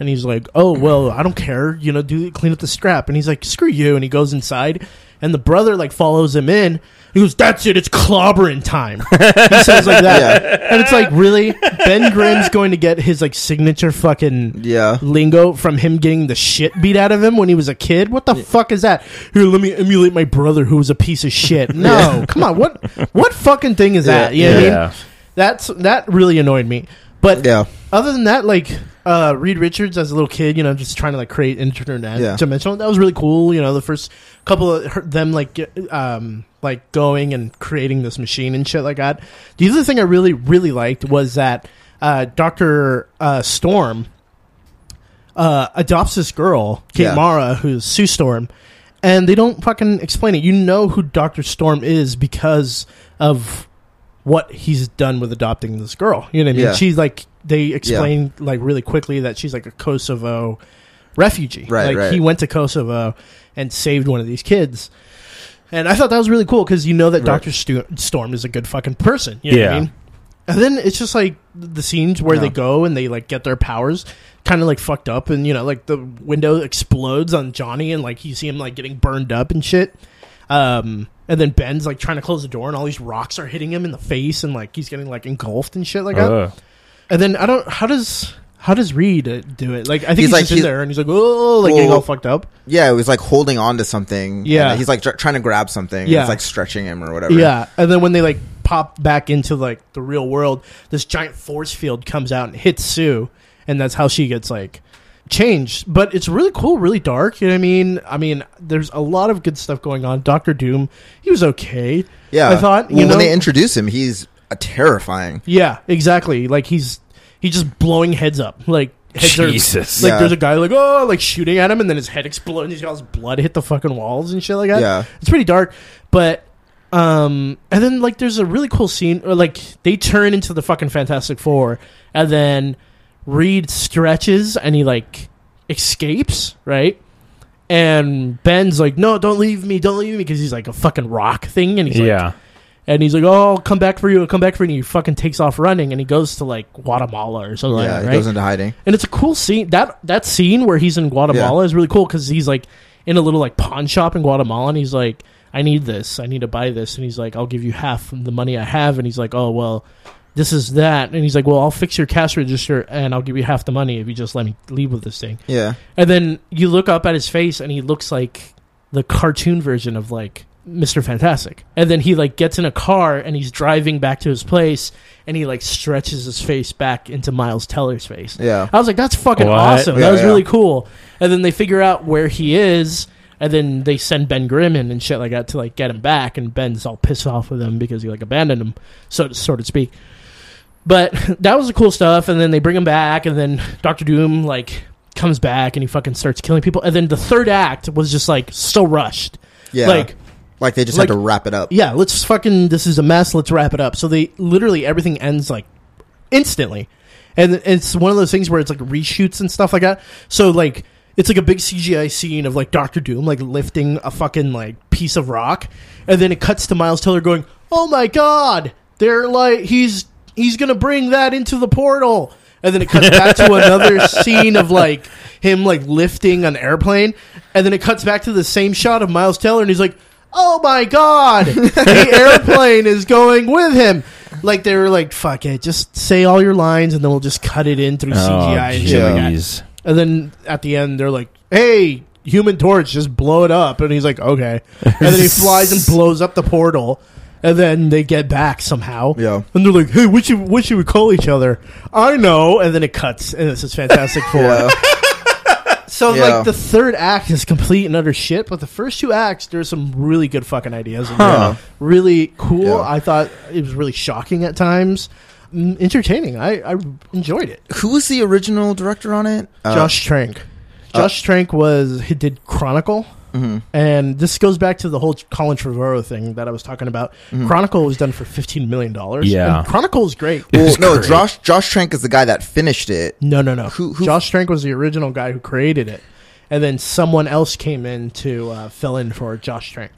and he's like, "Oh well, I don't care. You know, do clean up the scrap." And he's like, "Screw you!" And he goes inside, and the brother like follows him in. He goes, "That's it. It's clobbering time." he says like that, and it's like, really, Ben Grimm's going to get his like signature fucking Yeah. lingo from him getting the shit beat out of him when he was a kid. What the fuck is that? Here, let me emulate my brother who was a piece of shit. No, come on, what what fucking thing is that? You know what I mean? yeah. That's that really annoyed me. But Yeah. other than that, like uh, Reed Richards as a little kid, you know, just trying to like create internet Yeah. dimensional. That was really cool. You know, the first couple of her, them like get- um like going and creating this machine and shit like that. The other thing I really really liked was that uh, Doctor uh, Storm uh, adopts this girl, Kate Yeah. Mara, who's Sue Storm, and they don't fucking explain it. You know who Doctor Storm is because of what he's done with adopting this girl. You know what I mean? Yeah. She's like they explain like really quickly that she's like a Kosovo refugee. Right, Like right. he went to Kosovo and saved one of these kids. And I thought that was really cool because you know that Right. Doctor Stu- Storm is a good fucking person. You know what I Yeah. mean? And then it's just like the scenes where Yeah. they go and they like get their powers kind of like fucked up and you know like the window explodes on Johnny and like you see him like getting burned up and shit. Um and then Ben's like trying to close the door and all these rocks are hitting him in the face and like he's getting like engulfed and shit like that. Ugh. And then I don't how does how does Reed uh, do it? Like I think He's he's, like- just in he's- there and he's like oh like getting Well- all fucked up. Yeah, it was like holding on to something. Yeah. And he's like tr- trying to grab something. Yeah. Yeah. It's like stretching him or whatever. Yeah, and then when they like pop back into like the real world, this giant force field comes out and hits Sue, and that's how she gets like changed. But it's really cool, really dark. You know what I mean? I mean, there's a lot of good stuff going on. Doctor Doom, he was okay. Yeah. I thought you well, know. when they introduce him, he's uh, terrifying. yeah, exactly. Like he's he's just blowing heads up. Like heads are- Jesus. like Yeah. there's a guy like oh like shooting at him and then his head explodes and he's got all his blood hit the fucking walls and shit like that. Yeah. It's pretty dark, but um, and then like there's a really cool scene, or like they turn into the fucking Fantastic Four, and then Reed stretches and he like escapes, right? And Ben's like, "No, don't leave me, don't leave me," because he's like a fucking rock thing, and he's like, yeah. and he's like, "Oh, I'll come back for you, I'll come back for you," and he fucking takes off running, and he goes to like Guatemala or something like yeah. that, He right? goes into hiding. And it's a cool scene. That that scene where he's in Guatemala is really cool because he's like in a little like pawn shop in Guatemala, and he's like, "I need this. I need to buy this." And he's like, "I'll give you half of the money I have." And he's like, "Oh well, this is that." And he's like, "Well, I'll fix your cash register, and I'll give you half the money if you just let me leave with this thing." Yeah. And then you look up at his face, and he looks like the cartoon version of like Mr. Fantastic. And then he like gets in a car, and he's driving back to his place, and he like stretches his face back into Miles Teller's face. Yeah. I was like, that's fucking What? awesome. Yeah, that was yeah. really cool. And then they figure out where he is. And then they send Ben Grimm in and shit like that to like get him back, and Ben's all pissed off with him because he like abandoned him, so so to speak. But that was the cool stuff, and then they bring him back, and then Doctor Doom like comes back and he fucking starts killing people, and then the third act was just like so rushed, Yeah. like Like they just like- had to wrap it up. yeah, let's fucking this is a mess. Let's wrap it up. So they literally everything ends like instantly, and it's one of those things where it's like reshoots and stuff like that. So like it's like a big CGI scene of like Doctor Doom like lifting a fucking like piece of rock, and then it cuts to Miles Teller going, "Oh my god, they're like he's he's gonna bring that into the portal." And then it cuts back to another scene of like him like lifting an airplane, and then it cuts back to the same shot of Miles Teller, and he's like, "Oh my god, the airplane is going with him." Like they were like, "Fuck it, just say all your lines, and then we'll just cut it in Oh, Oh, through CGI." and, shit like that." jeez. and then at the end, they're like, "Hey, Human Torch, just blow it up," and he's like, "Okay," and then he flies and blows up the portal. And then they get back somehow. Yeah. And they're like, hey, what should, what should we call each other? I know. And then it cuts. And this is Fantastic Four. Yeah. So Yeah. like the third act is complete and utter shit, but the first two acts there's some really good fucking ideas. In there. Huh. Really cool. Yeah. I thought it was really shocking at times, Mm, entertaining. I, I enjoyed it. Who was the original director on it? Uh, Josh Trank. Josh Trank was he did Chronicle, Mm-hmm. and this goes back to the whole Colin Trevorrow thing that I was talking about. Mm-hmm. Chronicle was done for fifteen million dollars. Yeah. and Chronicle is great. Well, It's no, great. Josh Josh Trank is the guy that finished it. No, no, no. Who- who- Josh Trank was the original guy who created it, and then someone else came in to uh, fill in for Josh Trank.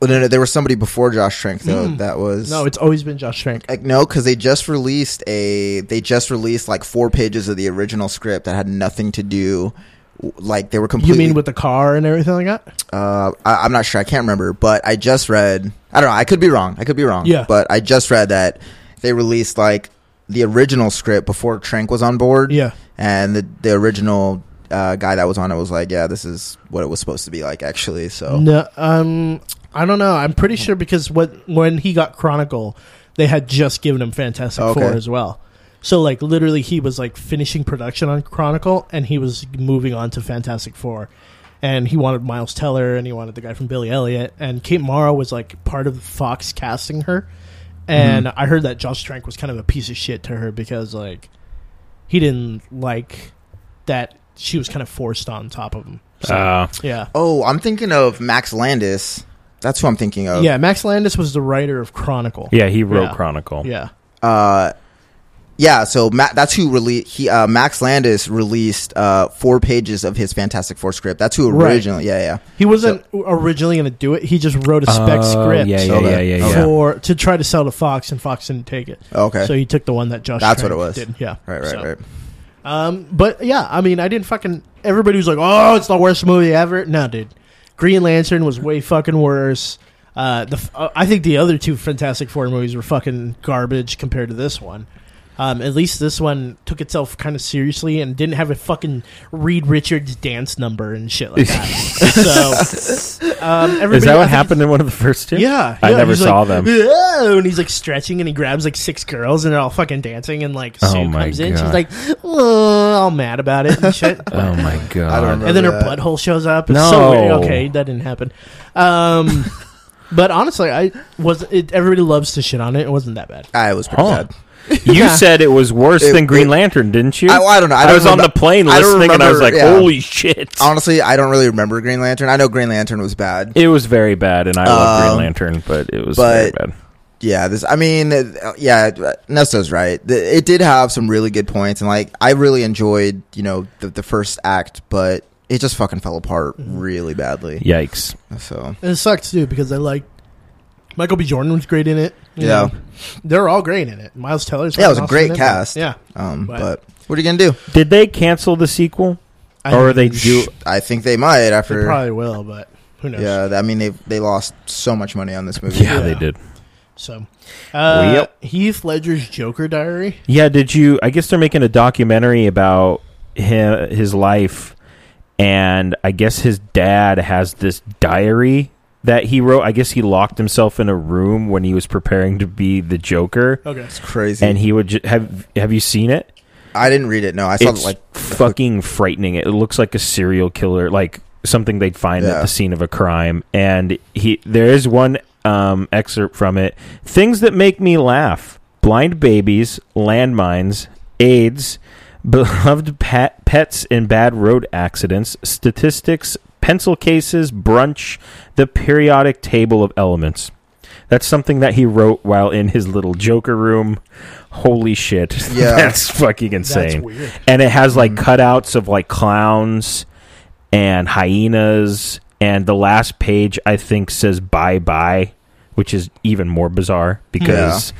Well, no, no, there was somebody before Josh Trank though. That was No, it's always been Josh Trank. Hmm. like no, because they just released a they just released like four pages of the original script that had nothing to do. Like they were You completely. mean with the car and everything like that? uh, I, I'm not sure. I can't remember, but I just read. I don't know. I could be wrong. I could be wrong. Yeah. But I just read that they released like the original script before Trank was on board. Yeah. And the the original uh, guy that was on it was like, yeah, this is what it was supposed to be like, actually. So No, um, I don't know. I'm pretty sure because what when he got Chronicle, they had just given him Fantastic Okay. Four as well. So like literally, he was like finishing production on Chronicle, and he was moving on to Fantastic Four, and he wanted Miles Teller, and he wanted the guy from Billy Elliot, and Kate Mara was like part of Fox casting her, and I heard that Josh Trank was kind of a piece of shit to her because like he didn't like that she was kind of forced on top of him. So, Uh, yeah. Oh, I'm thinking of Max Landis. That's who I'm thinking of. Yeah, Max Landis was the writer of Chronicle. yeah, he wrote Yeah. Chronicle. Yeah. Uh, yeah. So Ma- that's who released. He uh, Max Landis released uh, four pages of his Fantastic Four script. That's who Right. originally. Yeah, yeah. He wasn't originally going to do it. He just wrote a spec Oh, script Yeah, yeah, so yeah, that- yeah, yeah. for to try to sell to Fox, and Fox didn't take it. Oh, Okay. So he took the one that Josh. That's what Trank it was. Did. Yeah. right, right, So, right. Um, but yeah, I mean, I didn't fucking. Everybody was like, "Oh, it's the worst movie ever." No, dude. Green Lantern was way fucking worse. Uh, the f- uh, I think the other two Fantastic Four movies were fucking garbage compared to this one. Um, at least this one took itself kind of seriously and didn't have a fucking Reed Richards dance number and shit like that. so, um, everybody, Is that I what think- happened in one of the first two? Yeah, I yeah, never he's saw like, them. "Whoa," and he's like stretching, and he grabs like six girls, and they're all fucking dancing. And like Sue Oh my comes in, she's God. like, "Oh," all mad about it and shit. Oh my god! remember and then her that. butthole shows up. It's No. so weird. Okay, that didn't happen. Um, but honestly, I was. It, everybody loves to shit on it. It wasn't that bad. I was pretty Huh. bad. You said it was worse It- than Green it- Lantern, didn't you? I- well, I don't know. I don't was on remember- the plane I don't listening, and I was like, remember- yeah. "Holy shit!" Honestly, I don't really remember Green Lantern. I know Green Lantern was bad. It was very bad, and I love Um, Green Lantern, but it was very but- bad. Yeah, this. I mean, uh, yeah, Nesto's right. The- It did have some really good points, and like I really enjoyed, you know, the, the first act, but it just fucking fell apart Mm-hmm. really badly. Yikes! So And it sucks too because I liked Michael B. Jordan was great in it. you Yeah. know. they're all great in it. Miles Teller's Yeah, it was a fucking awesome great in cast. Yeah, Um, But- but, what are you gonna do? Did they cancel the sequel, I or mean, they do? I think they might They after. probably will, but who knows? yeah, I mean they they lost so much money on this movie. Yeah, Yeah. they did. So, uh, Yep. Heath Ledger's Joker Diary. Yeah, did you? I guess they're making a documentary about him, his life, and I guess his dad has this diary that he wrote. I guess he locked himself in a room when he was preparing to be the Joker, Okay. It's crazy. and he would ju- have. Have you seen it? I didn't read it. No, I saw It's like fucking frightening. It looks like a serial killer, like something they'd find at Yeah. the scene of a crime. And he there is one um, excerpt from it: things that make me laugh, blind babies, landmines, AIDS, beloved pet, pets in bad road accidents, statistics, pencil cases, brunch, the periodic table of elements. That's something that he wrote while in his little Joker room. Holy shit. Yeah. That's fucking That's insane weird. and it has like cutouts of like clowns and hyenas and the last page i think says bye bye which is even more bizarre because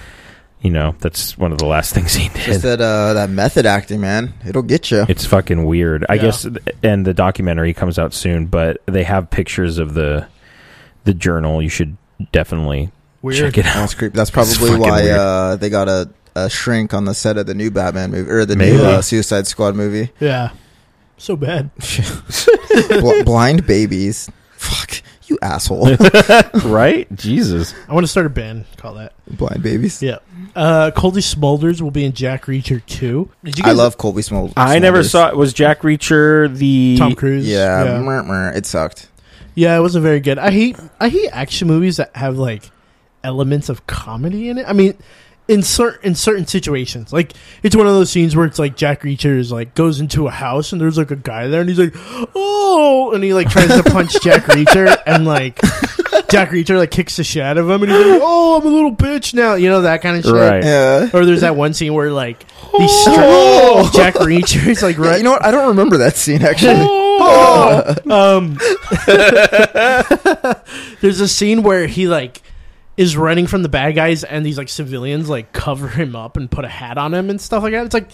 you know that's one of the last things he did Just that uh, that method acting, man. It'll get you. it's fucking weird i Yeah. guess and the documentary comes out soon but they have pictures of the the journal you should definitely Weird. check it out That's creepy. That's It's probably fucking why weird. uh, they got a, a shrink on the set of the new Batman movie or the Maybe. new uh, Suicide Squad movie. Yeah. So bad. Bl- blind babies. Fuck you, asshole. right jesus I want to start a band. Call that. blind babies. Yeah. Uh, Coldy Smulders will be in Jack Reacher 2. Did you I love Colby Smulders. i never saw it was jack reacher the Tom Cruise? Yeah, yeah. mer- mer, it sucked. Yeah, it wasn't very good. I hate I hate action movies that have like elements of comedy in it. I mean, in certain in certain situations, like it's one of those scenes where it's like Jack Reacher is like goes into a house and there's like a guy there and he's like, oh, and he like tries to punch Jack Reacher and like Jack Reacher like kicks the shit out of him and he's like, oh, I'm a little bitch now, you know that kind of shit. Right. Yeah. Or there's that one scene where like these stra- Oh. Jack Reacher is like Yeah, right You know what? I don't remember that scene actually. Oh! um, there's a scene where he like is running from the bad guys, and these like civilians like cover him up and put a hat on him and stuff like that. It's like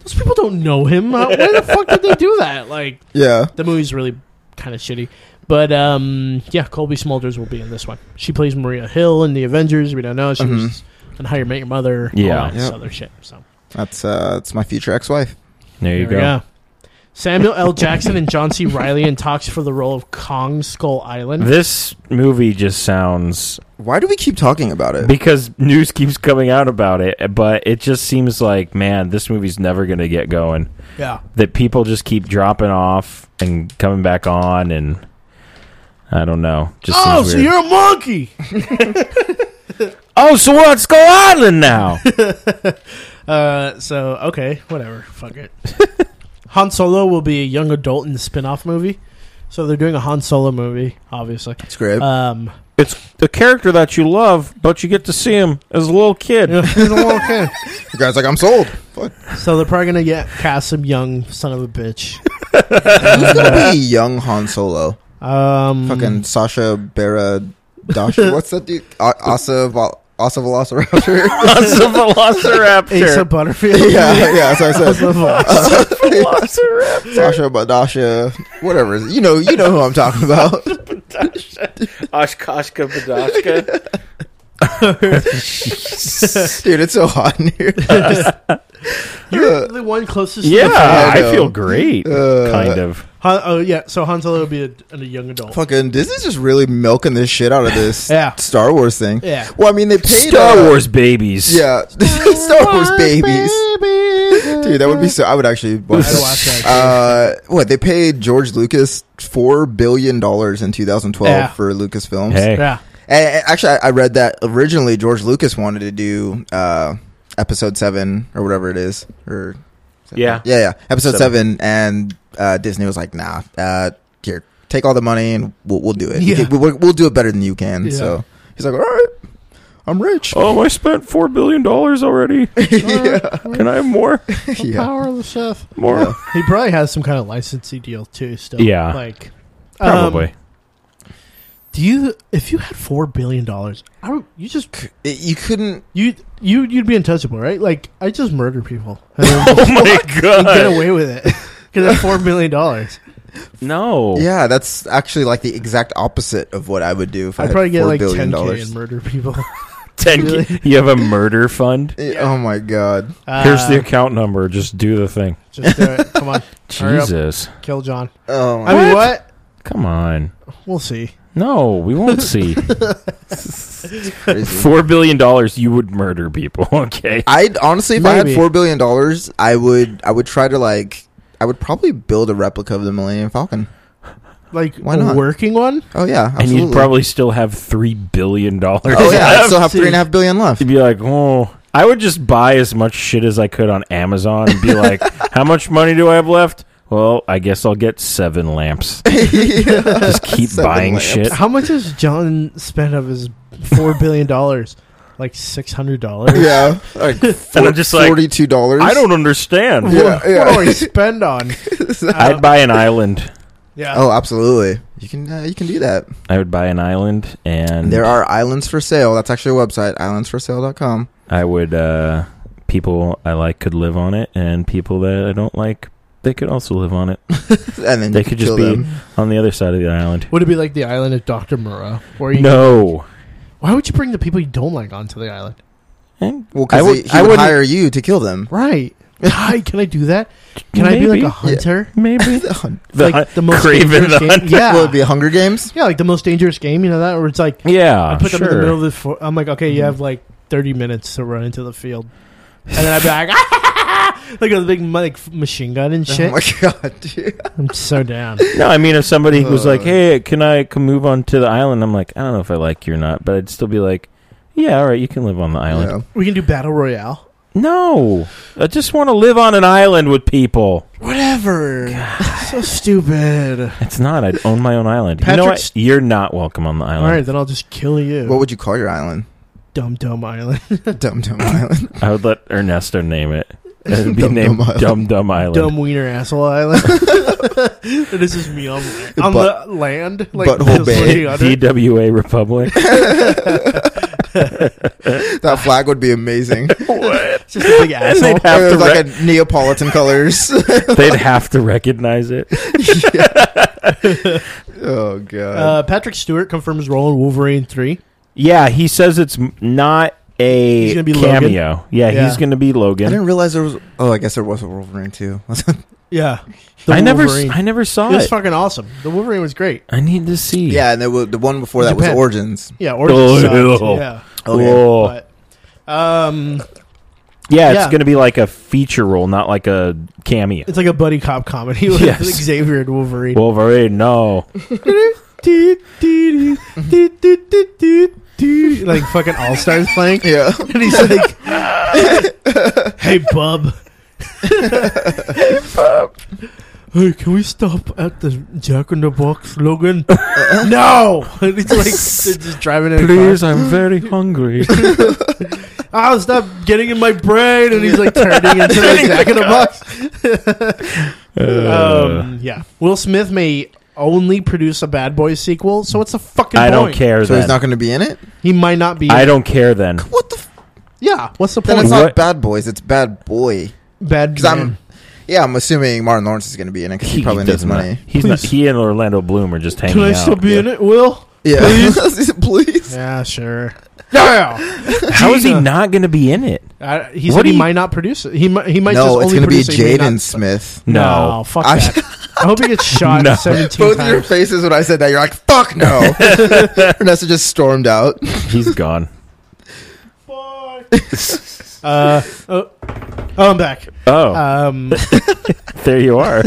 those people don't know him. Uh, Why the fuck did they do that? Like yeah. the movie's really kind of shitty. But um, yeah, Colby Smulders will be in this one. She plays Maria Hill in the Avengers. We don't know she was in How You Met Your Mother. Mm-hmm. Yeah. all that Yep. other shit. So That's uh that's my future ex-wife. there you there we go go. Samuel L. Jackson and John C. Riley in talks for the role of Kong Skull Island. This movie just sounds Why do we keep talking about it? because news keeps coming out about it, but it just seems like man, this movie's never going to get going. Yeah. That people just keep dropping off and coming back on, and I don't know. Just Oh, seems so weird. you're a monkey! oh, so we're on Skull Island now. Uh, so okay, whatever. Fuck it. Han Solo will be a young adult in the spin-off movie. So they're doing a Han Solo movie, obviously. It's great. uh, Um, it's the character that you love, but you get to see him as a little kid. you know, he's a little kid. the guy's like, I'm sold. Fuck. so they're probably gonna get cast some young son of a bitch. Who's gonna be young Han Solo? Hmm. Um, Fucking Sasha Barra Dasha. What's that dude? A- Asa Val- Asa Velociraptor. That's a Asa Velociraptor. Butterfield. yeah, yeah. So I said Asa Voss. Velociraptor. Sasha Badasha. Whatever. it is. You know, you know who I'm talking about. Oshkoshka Badoshka. Dude, it's so hot in here. You're the one closest. Yeah, To the I I know. feel great. Uh, kind of. Han, oh yeah, so Han Solo would be a, a young adult. Fucking Disney's just really milking this shit out of this Yeah. Star Wars thing. Yeah. Well, I mean, they paid Star uh, Wars babies. Yeah, Star Wars babies. Dude, that would be so. I would actually watch I'd that. watch that. Uh, what they paid George Lucas four billion dollars in 2012 Yeah. for Lucasfilms. Hey. Yeah. And, and actually, I, I read that originally George Lucas wanted to do uh, episode seven or whatever it is, or Yeah. yeah, yeah, episode Seven. seven, and uh, Disney was like, "Nah, uh, here, take all the money and we'll, we'll do it. Yeah. We can- we'll, we'll do it better than you can." Yeah. So he's like, "All right, I'm rich." Oh, I spent four billion dollars already. yeah, Can I have more? yeah. Power of the chef. More? Yeah. He probably has some kind of licensee deal too. Still, Yeah. Like, um, Probably. do you? If you had four billion dollars, I would. You just It- you couldn't. you you you'd be untouchable, right? Like, I just murder people. And then oh my get god! away with it because have four million dollars. Oh. No. Yeah, that's actually like the exact opposite of what I would do if I I'd had probably get $4 like billion ten k dollars. and murder people. Ten. Really? You have a murder fund. Eh, Oh my god! Uh, Here's the account number. Just do the thing. Just do it. Come on, Hurry up. Jesus. kill John. Oh my I mean, what? Come on. We'll see. No, we won't see. crazy. Four billion dollars, you would murder people. Okay. I'd honestly, if I had Maybe. four billion dollars, I would. I would try to like. I would probably build a replica of the Millennium Falcon. like Why a not? working one. Oh yeah, absolutely. And you'd probably still have three billion dollars. oh yeah, I still have Absolutely. three and a half billion left. to be like, oh, I would just buy as much shit as I could on Amazon and be like, how much money do I have left? Well, I guess I'll get seven lamps. Just keep Seven buying lamps. shit. How much has John spent of his four billion dollars? Like six hundred dollars. yeah, like And I'm just like, forty-two dollars. I don't understand. Yeah, what, yeah. what do I spend on? I'd Uh, buy an island. yeah. Oh, absolutely. You can uh, you can do that. I would buy an island, and There are islands for sale. That's actually a website, islandsforsale.com. I would. uh People I like could live on it, and people that I don't like, they could also live on it And then They you could could kill just be- them. on the other side of the island. Would it be like the island of Doctor Moreau? Where you, No, Why would you bring the people you don't like onto the island? And Well, I because would- he, I would wouldn't- hire you to kill them. Right. Hi, can I do that? Can I be like Maybe. a hunter? maybe The hun- The like hun- Craven dangerous the game. Hunter. Yeah. Will it be Hunger Games? yeah, like the most dangerous game, you know that? Where it's like, yeah, I put them sure. in the middle of the. For- I'm like, okay, you have like 30 minutes to run into the field, and then I'd be like, "Ah!" like a big like machine gun and Oh shit. my god, dude. I'm so down. No, I mean if somebody was like, Uh. "Hey, can I can move on to the island?" I'm like, I don't know if I like you or not, but I'd still be like, "Yeah, all right, you can live on the island." Yeah. We can do battle royale. No, I just want to live on an island with people. Whatever. so stupid. It's not. I'd own my own island. you know Patrick's- what? You're not welcome on the All island. right, then I'll just kill you. What would you call your island? dumb dumb island? Dumb Dumb Island. I would let Ernesto name it. It'd be Dumb named Dumb Island. Dumb Dumb Island. Dumb wiener asshole island. and this is me on, la- on Butt- the land, like Butthole just Bay. looking under. DWA Republic. That flag would be amazing. what? It's just a big And asshole. they'd have It to was like rec- a Neapolitan colors. they'd have to recognize it. oh god. Uh, Patrick Stewart confirms role in Wolverine three. Yeah, he says it's m- not a He's gonna be Logan. cameo. Yeah, Yeah. he's going to be I Logan. didn't realize there was. Oh, I guess there was a Wolverine too. Yeah, I never, s- Wolverine. I never saw it was it. fucking awesome. The Wolverine was great. I need to see. yeah, and there was, the one before that was Japan. Origins. Yeah, Origin Oh, sucked. yeah. Yeah, Oh, Whoa. but um, yeah, it's Yeah. going to be like a feature role, not like a cameo. it's like a buddy cop comedy with Yes. Xavier and Wolverine. Wolverine, no. Doo, doo, doo, doo, doo, doo, doo, doo. like fucking All Stars playing, Yeah. and he's like, "Hey, bub." Hey, can we stop at the Jack in the Box, Logan? no! And it's like, they're just driving in a car. Please, I'm very hungry. Oh, stop getting in my brain. And he's like turning into the Jack in the Box. Uh, Um, yeah. Will Smith may only produce a Bad Boys sequel, so what's the fucking I point? don't care So he's then. not going to be in it. He might not be. I don't care then. What the? F- yeah, what's the then point? it's not What? Bad Boys. It's Bad Boy. Bad 'Cause I'm- man. Yeah, I'm assuming Martin Lawrence is going to be in it because he, probably needs doesn't money. know. He's not, Please. he and Orlando Bloom are just hanging Can I out. still be in it, Will? Yeah, Please? please. please. Yeah, sure. Yeah. How is he Gina. not going to be in it? I, he What said do he you- might not produce it. He might. He might. No, just it's only going to be produce it. He may Jaden not- Smith. No. fuck I- that. I hope he gets shot No. seventeen Both of times. your faces when I said that, you're like, "Fuck no!" Ernesto just stormed out. He's gone. uh, oh, oh, I'm back. Oh, Um, there you are.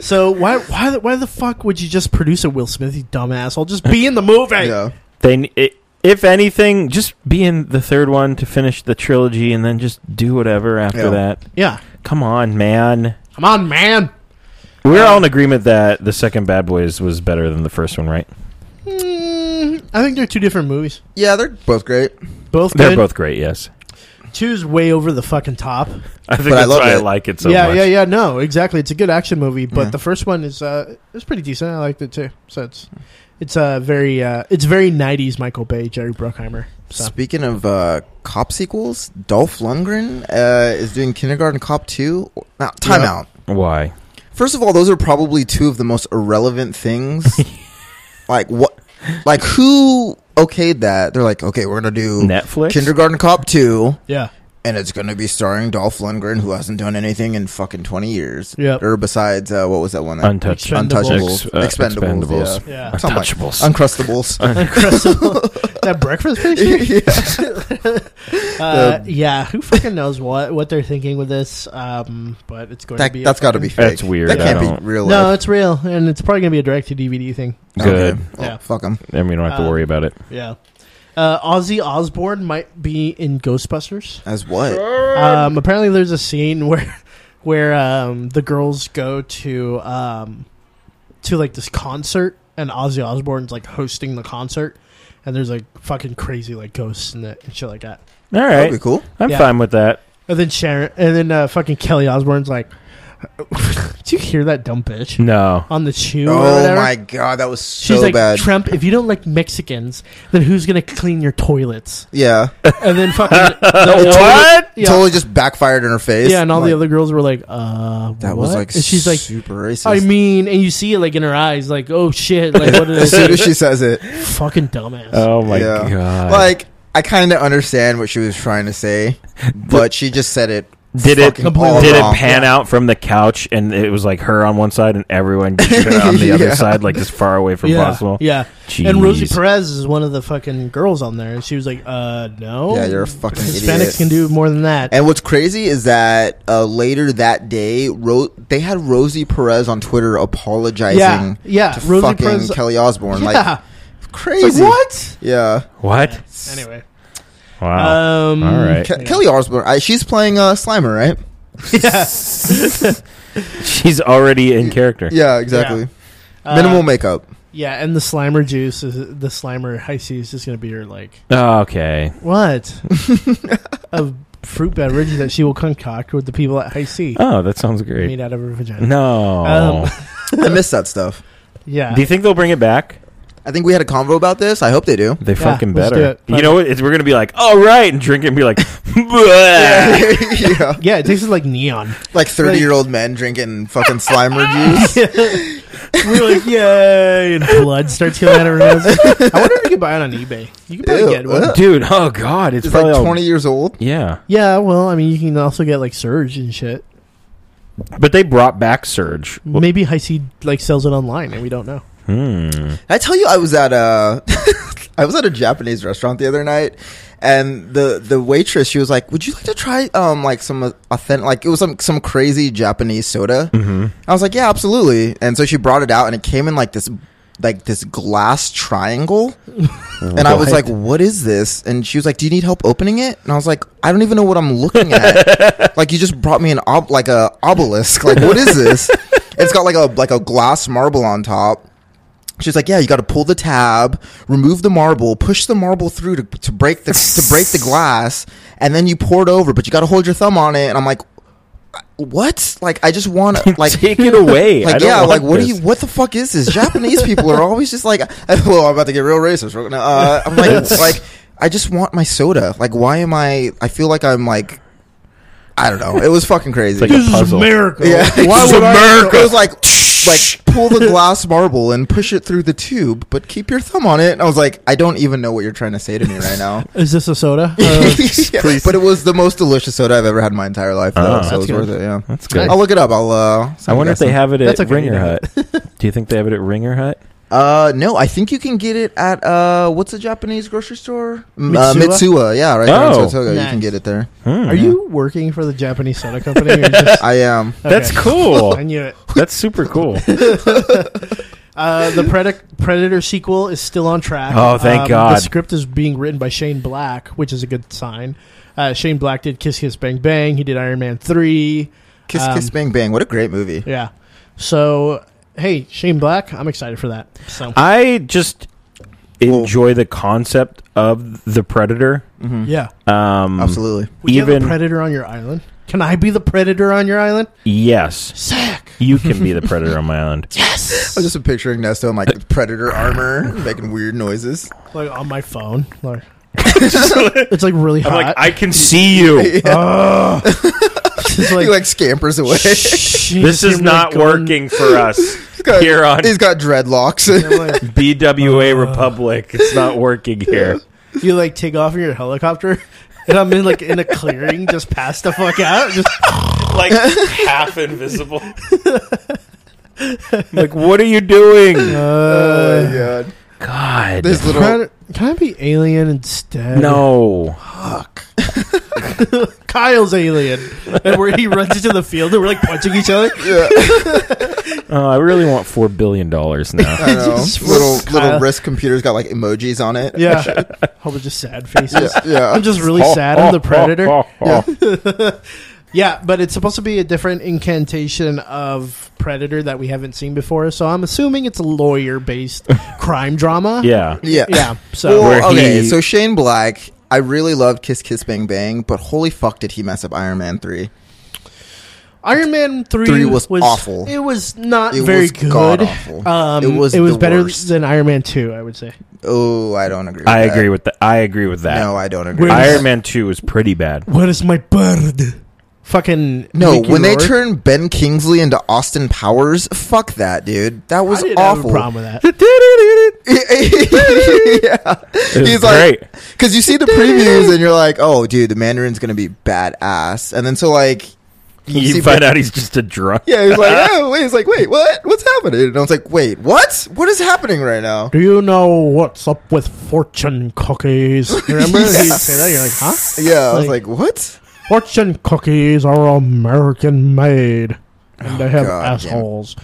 so why why the- why the fuck would you just produce a Will Smith? You dumb asshole. Just be in the movie. Yeah. They, n- i if anything, just be in the third one to finish the trilogy, and then just do whatever after Yeah. that. Yeah. Come on, man. Come on, man. We're all in agreement that the second Bad Boys was better than the first one, right? Mm, I think they're two different movies. yeah, they're both great. Both They're good. both great. Yes, Two's way over the fucking top. I think But I that's love why I it. like it so yeah, much. yeah, yeah. No, exactly. It's a good action movie, but Yeah. the first one is uh, it's pretty decent. I liked it too. So it's it's uh, very uh, it's very '90s Michael Bay, Jerry Bruckheimer. So Speaking of uh, cop sequels, Dolph Lundgren uh, is doing Kindergarten Cop 2. Now, time Yeah. out. Why? First of all, those are probably two of the most irrelevant things. like, what? Like, who okayed that? They're like, okay, we're going to do Netflix. Kindergarten Cop 2, yeah, and it's going to be starring Dolph Lundgren, who hasn't done anything in fucking twenty years. Yep. Or besides, uh, what was that one? That, Untouched. Expen- Untouchables, Expendables. Ex- uh, Expendables, Expendables. yeah. Yeah. Something like- Untouchables. Uncrustables. Uncrustable. that breakfast pastry? Uh, yeah, who fucking knows what what they're thinking with this? Um, but it's going that, to be. a that's got to be fucking- fake. That's weird. That I can't don't- be real. No, life. it's real, and it's probably going to be a direct to DVD thing. Good. Okay. Well, Yeah. Fuck them. Then we don't have to Um, worry about it. Yeah. Uh, Ozzy Osbourne might be in Ghostbusters. As what? Um, apparently, there's a scene where where um, the girls go to um, to like this concert, and Ozzy Osbourne's like hosting the concert, and there's like fucking crazy like ghosts and that and shit like that. All That'd right. be cool. I'm Yeah. fine with that. And then Sharon, and then uh, fucking Kelly Osbourne's like, "Do you hear that dumb bitch No. on the shoe?" or Oh whatever? my god, that was so She's like, bad. Trump, if you don't like Mexicans, then who's gonna clean your toilets? yeah, And then fucking the- What? Yeah. totally just backfired in her face. yeah, and all Like, the other girls were like, "Uh, That was what?" like. and she's like, super racist. I mean, and you see it like in her eyes, like, oh shit, like what did I as soon do? as she says it, Fucking dumbass. Uh, Oh my Yeah. god. like I kind of understand what she was trying to say, but she just said it. did it fucking all did wrong. it pan out from the couch and it was like her on one side and everyone just her on the Yeah. other side like as far away from yeah, possible. yeah. Jeez. And Rosie Perez is one of the fucking girls on there, and she was like, uh, no, Yeah, you're a fucking Hispanics idiot. can do more than that. And what's crazy is that uh, later that day, Ro- they had Rosie Perez on Twitter apologizing yeah, yeah. to Rosie fucking Perez, Kelly Osbourne. Like yeah. It's crazy. like, what? Yeah. What? Anyway, Wow. um, All right. Ke- Kelly Osbourne. I, she's playing uh, Slimer, right? Yeah, She's already in character. Yeah, exactly. Uh, Minimal makeup. yeah, and the Slimer juice is the Slimer high C is just gonna be her like okay. what a fruit beverage that she will concoct with the people at high C. Oh, that sounds great. Made out of her vagina. No. Um, I miss that stuff. Yeah. Do you think they'll bring it back? I think we had a convo about this. I hope they do. They Yeah, fucking let's do better. it. You know what? It's, we're gonna be like, all right, and drink it and be like, bleh. yeah. yeah, it tasted like neon. Like 30 year old men drinking fucking Slimer juice. We're like, yay! And blood starts coming out of her nose. I wonder if you could buy it on eBay. You could probably Ew, get one. ugh. dude. Oh god, it's, It's probably like all- 20 years old. yeah, Yeah, well, I mean, you can also get like Surge and shit. but they brought back Surge. Maybe High C like sells it online, and we don't know. Hmm. I tell you, I was at a, I was at a Japanese restaurant the other night, and the the waitress she was like, "Would you like to try um like some authentic like it was some some crazy Japanese soda?" Mm-hmm. I was like, "Yeah, absolutely." And so she brought it out, and it came in like this like this glass triangle, and I was like, "What is this?" And she was like, "Do you need help opening it?" And I was like, "I don't even know what I'm looking at. like you just brought me an ob- like a obelisk. Like what is this?" it's got like a like a glass marble on top. She's like, yeah, you got to pull the tab, remove the marble, push the marble through to, to break the to break the glass, and then you pour it over. But you got to hold your thumb on it. And I'm like, what? Like, I just want to like. Take it away. I Like don't yeah, want like what this. do you? What the fuck is this? Japanese people are always just like, well, I'm about to get real racist. right now. Uh, I'm like, like I just want my soda. Like, why am I? I feel like I'm like, I don't know. It was fucking crazy. It's like a puzzle. America. Yeah. Why would I- America. It was like like pull the glass marble and push it through the tube, but keep your thumb on it. And I was like, I don't even know what you're trying to say to me right now. Is this a soda? Uh, Yeah, But it was the most delicious soda I've ever had in my entire life, though, Oh. so it That's was good. worth it. Yeah, That's good. I'll look it up. I'll. Uh, I wonder if they have it at That's okay, you Ringer know. Hut. do you think they have it at Ringer Hut? Uh, no, I think you can get it at uh, what's the Japanese grocery store? M- Uh, Mitsuwa? Mitsuwa. Yeah, right there in Oh. Saratoga. You can Nice. get it there. Hmm. are you working for the Japanese soda company? Or just, I um, am. Okay. That's cool. I knew it. That's super cool. Uh, the Predi- Predator sequel is still on track. Um, Oh, thank God. The script is being written by Shane Black, which is a good sign. Uh, Shane Black did Kiss Kiss Bang Bang. He did Iron Man 3. Kiss Um, Kiss Bang Bang. What a great movie. Yeah. So, hey, Shane Black, I'm excited for that. So, I just Well- enjoy the concept of the Predator. hmm yeah. Um, Absolutely. Would you have Even- a predator on your island? Can I be the predator on your island? Yes, Sick. you can be the Predator on my island. Yes. I was just picturing Nesto in like predator armor, making weird noises. like on my phone. Like, it's like really I'm hot. like, I can see you. It's like, he like scampers away. This is not working for us here on He's got dreadlocks. I'm like, Uh, BWA Republic. It's not working here. you like take off in your helicopter and I'm in like in a clearing, just passed the fuck out. Just like half invisible. like, what are you doing? uh, yeah. God. Oh, This little can, I, can I be alien instead? no. Kyle's alien, and where he runs into the field, and we're like punching each other. Uh, I really want four billion dollars now. I know, Just little Kyle. little wrist computer's got like emojis on it. Yeah, I was just sad faces. yeah. I'm just really Oh, sad. I'm oh, the oh, predator. oh, oh. Yeah, but it's supposed to be a different incantation of Predator that we haven't seen before. So I'm assuming it's a lawyer based crime drama. Yeah. yeah, Yeah. So Well, Uh, Where okay, he- so Shane Black, I really love Kiss Kiss Bang Bang, but holy fuck, did he mess up Iron Man three? Iron Man 3, Three was awful. It was not It very was good. god-awful. Um, It it was was, it was the better worst. than Iron Man 2, I would say. Oh, I don't agree. With I that. agree with that. I agree with that. No, I don't agree. Where- Iron Man Two was pretty bad. Where is my bird? Fucking. No, Mickey when they Rourke. turn Ben Kingsley into Austin Powers, fuck that, dude. That was I didn't awful. have a problem with that. yeah. was He's like, great. because you see the previews and you're like, oh, dude, the Mandarin's gonna be badass, and then so like, You see find Ben- out he's just a drunk. yeah, he's like, oh, wait, he's like, wait, what? What's happening? And I was like, wait, what? What is happening right now? Do you know what's up with fortune cookies? Remember? Yeah. He'd say that. You're like, huh? Yeah, I was Like- like, what? Fortune cookies are American made. And they have Oh, God damn it. assholes.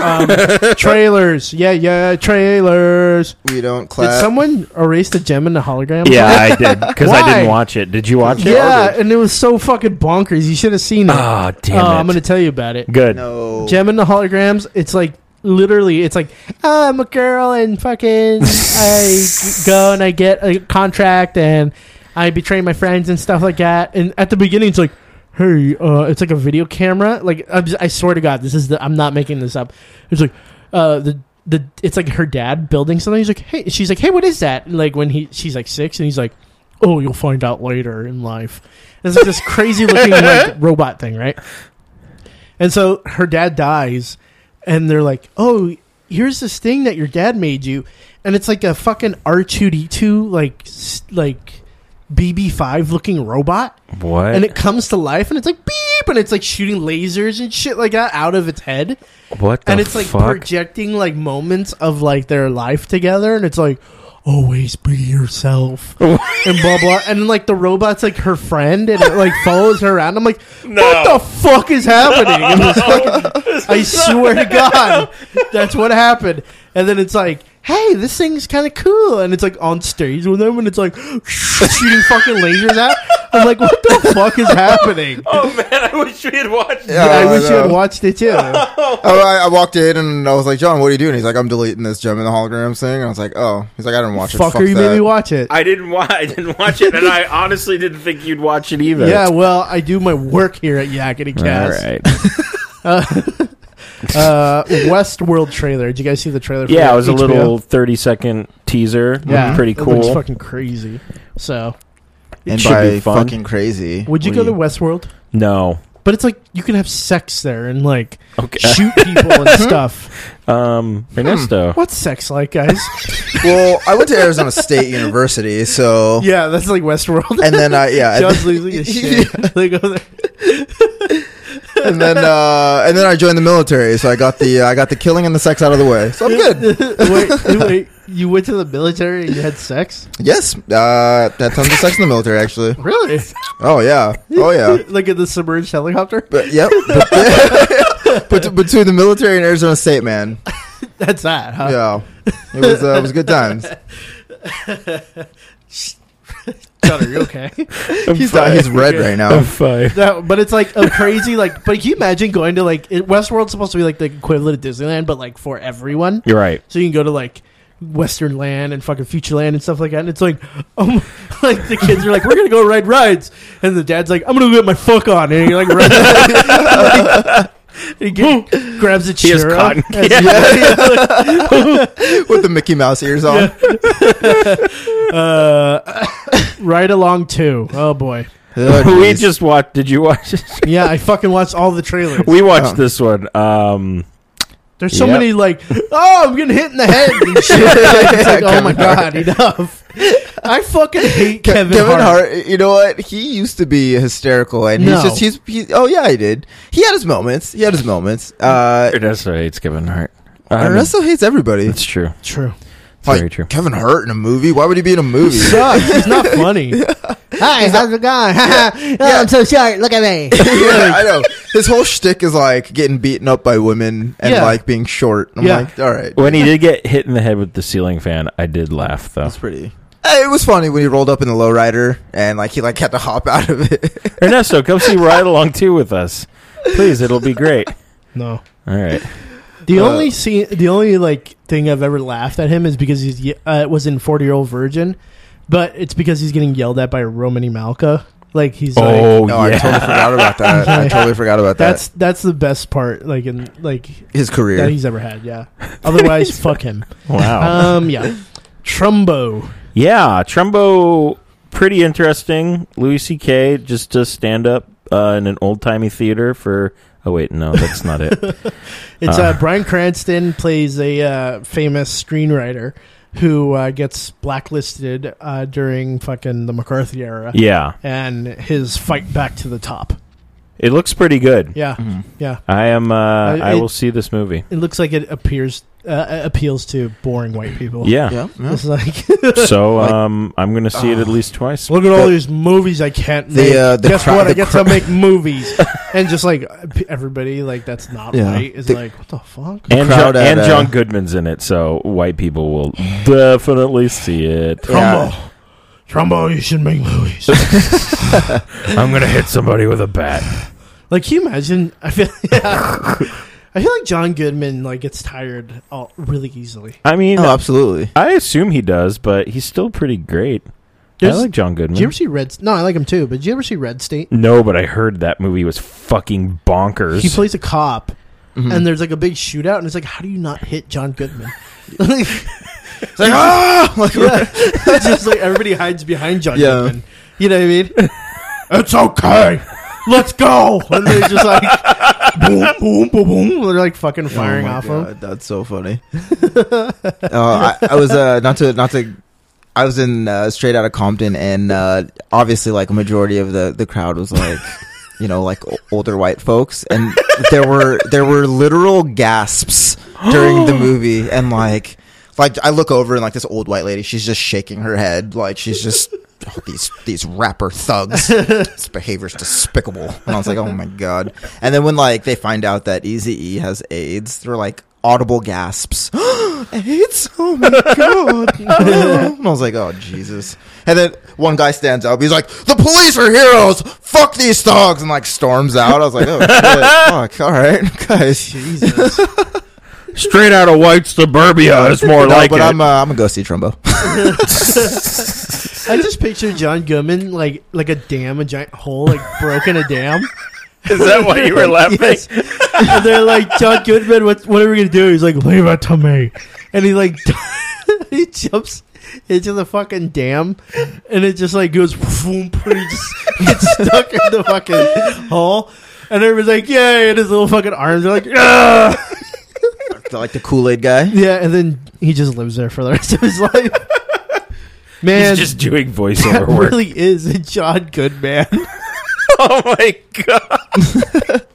um, trailers. Yeah, yeah, trailers. We don't clap. Did someone erase the gem in the hologram? Yeah, I did because I didn't Why? watch it. Did you watch it? Yeah, and it was so fucking bonkers. You should have seen it. Oh damn Oh, it! I'm going to tell you about it. Good. no. Gem and the holograms, it's like literally, it's like, "Oh, I'm a girl and fucking I go and I get a contract and I betray my friends and stuff like that. And at the beginning, it's like, hey, uh, it's like a video camera. Like, I'm just- I swear to God, this is the, I'm not making this up. It's like, uh, the, the, it's like her dad building something. He's like, hey, she's like, hey, what is that? And like when he, she's like six and he's like, oh, you'll find out later in life. It's like this crazy looking like robot thing, right? And so her dad dies, and they're like, "Oh, here's this thing that your dad made you," and it's like a fucking R two D two like s- like BB five looking robot, What? and it comes to life, and it's like beep, and it's like shooting lasers and shit like that out of its head, what? The and it's like fuck? projecting like moments of like their life together, and it's like. Always be yourself and blah blah, and then, like the robot's like her friend, and it like follows her around. I'm like, what the fuck is happening? And it's like- I swear to God, that's what happened. And then it's like, hey, this thing's kind of cool. And it's like on stage with them, and it's like shooting fucking lasers out. I'm like, what the fuck is happening? oh man, I wish we had watched. Yeah, I wish know. you had watched it too. Oh, I, I walked in and I was like, John, what are you doing? He's like, I'm deleting this gem in the hologram thing. And I was like, oh. He's like, I didn't watch it. Fucker, you that. made me watch it. I didn't watch. I didn't watch it, and I honestly didn't think you'd watch it either. Yeah, well, I do my work here at Yakety All Cast. right. Uh, Westworld trailer. Did you guys see the trailer? For Yeah, it was a HBO? little thirty-second teaser. Yeah, pretty it looks cool. fucking crazy. So, It and should by be fun. fucking crazy. would you we- go to Westworld? no. But it's like you can have sex there and like Okay. shoot people and stuff. Um, Ernesto. What's sex like, guys? Well, I went to Arizona State University, so. yeah, that's like Westworld. And then, uh, yeah. John's losing his shit. They go there. and then uh, and then I joined the military, so I got the uh, I got the killing and the sex out of the way. So I'm good. wait, wait, you went to the military and you had sex? Yes, uh, had tons of sex in the military actually. Really? Oh yeah, oh yeah. like in the submerged helicopter? But yep, but, but between the military and Arizona State, man, Uh-huh. That's that, huh? yeah, it was uh, it was good times. John, are you okay? He's uh, he's red right now. No, but it's like a crazy like. But can you imagine going to like it, Westworld's supposed to be like the equivalent of Disneyland, but like for everyone. You're right. So you can go to like Western Land and fucking Futureland and stuff like that. And it's like, oh, my, like the kids are like, we're gonna go ride rides, and the dad's like, I'm gonna go get my fuck on, and you're like, right he get, grabs a He has churro. cotton and- with the Mickey Mouse ears on. uh, ride along too. Oh boy, Oh, we geez. just watched. Did you watch? yeah, I fucking watched all the trailers. we Oh. watched this one. Um, There's so Yep. many like, oh, I'm getting hit in the head and shit. It's like, oh my god, enough. I fucking hate Ke- Kevin, Kevin Hart. Hart. You know what? He used to be hysterical, and No. he's just he's he, oh yeah, he did. He had his moments. He had his moments. Uh, Ernesto hates Kevin Hart. Um, Ernesto hates everybody. That's true. True. It's Like, very true. Kevin Hart in a movie? Why would he be in a movie? Sucks. He's not funny. Hi, how's it going? oh, Yeah. I'm so short. Look at me. yeah, I know. His whole shtick is like getting beaten up by women and Yeah. like being short. I'm Yeah. like, all right, When he did get hit in the head with the ceiling fan, I did laugh though. that's pretty. Uh, It was funny when he rolled up in the lowrider and like he like had to hop out of it. Ernesto, come see Ride Along 2 with us. Please, it'll be great. No. All right. The Uh, only scene, the only like thing I've ever laughed at him is because he's ye- uh, it was in Forty Year Old Virgin, but it's because he's getting yelled at by Romany Malka. Like Oh, he's like no, I totally forgot about that. I totally forgot about that. Oh, that's that's the best part. Like in like his that career. he's ever had. Yeah. Otherwise, fuck him. Wow. Um. Yeah. Trumbo. yeah, Trumbo, pretty interesting. Louis C.K. just does stand up uh, in an old timey theater for. Oh, wait, no, that's not it. It's uh, Uh. Brian Cranston plays a uh, famous screenwriter who uh, gets blacklisted uh, during fucking the McCarthy era, yeah, and his fight back to the top. it looks pretty good. Yeah, Mm. yeah. I am. Uh, Uh, I it- will see this movie. It looks like it appears uh, appeals to boring white people. Yeah. Yeah, yeah. It's like So Like- um, I'm going to see it at Ah. least twice. look at all The- these movies I can't the, make. uh, the Guess cra- what? the I get cra- to make movies, and just like p- everybody, like that's not Yeah. right. Is The- like what the fuck? And, crowd John, at, and uh, John Goodman's in it, so white people will definitely see it. Yeah. Trumbo, Trumbo, you should make movies. I'm gonna hit somebody with a bat. Like, can you imagine? I feel, I feel like John Goodman like gets tired all, really easily. I mean, Oh, absolutely. I assume he does, but he's still pretty great. I There's- like John Did you Mm-hmm. Goodman. ever see Red? No, I like him too. But did you ever see Red State? No, but I heard that movie was fucking bonkers. He plays a cop, Mhm. and there's like a big shootout, and it's like, how do you not hit John Goodman? like, It's like, ah! Like, yeah, It's just like everybody hides behind John Yeah. Goodman. You know what I mean? It's okay. Let's go! And they're just like, boom, boom, boom, boom. They're like fucking firing Oh my off him. God, That's so funny. uh, I, I was uh, not to not to. I was in uh, straight out of Compton, and uh, obviously, like a majority of the the crowd was like, you know, like o- older white folks, and there were there were literal gasps during the movie, and like. Like I look over and like this old white lady, she's just shaking her head, like she's just oh, these these rapper thugs. this behavior's despicable. And I was like, oh my god. And then when like they find out that Easy E has AIDS, they're like audible gasps. AIDS? Oh my god. and I was like, oh Jesus. And then one guy stands up. He's like, the police are heroes. Fuck these thugs. And like storms out. I was like, oh shit. fuck. All right, guys. Jesus. Straight out of white suburbia is more No, like but it. I'm uh, I'm gonna go see Trumbo. I just picture John Goodman like like a dam, a giant hole, like broken a dam. is that why you were laughing? uh, Yes. and they're like, John Goodman, what, what are we gonna do? He's like, leave it to me. And he like, he jumps into the fucking dam, and it just like goes, boom, and he just gets stuck in the fucking hole. And everybody's like, yay! And his little fucking arms are like, ah! like the Kool Aid guy. yeah. And then he just lives there for the rest of his life. Man, He's just doing that voiceover work. really is a John Goodman. oh my god!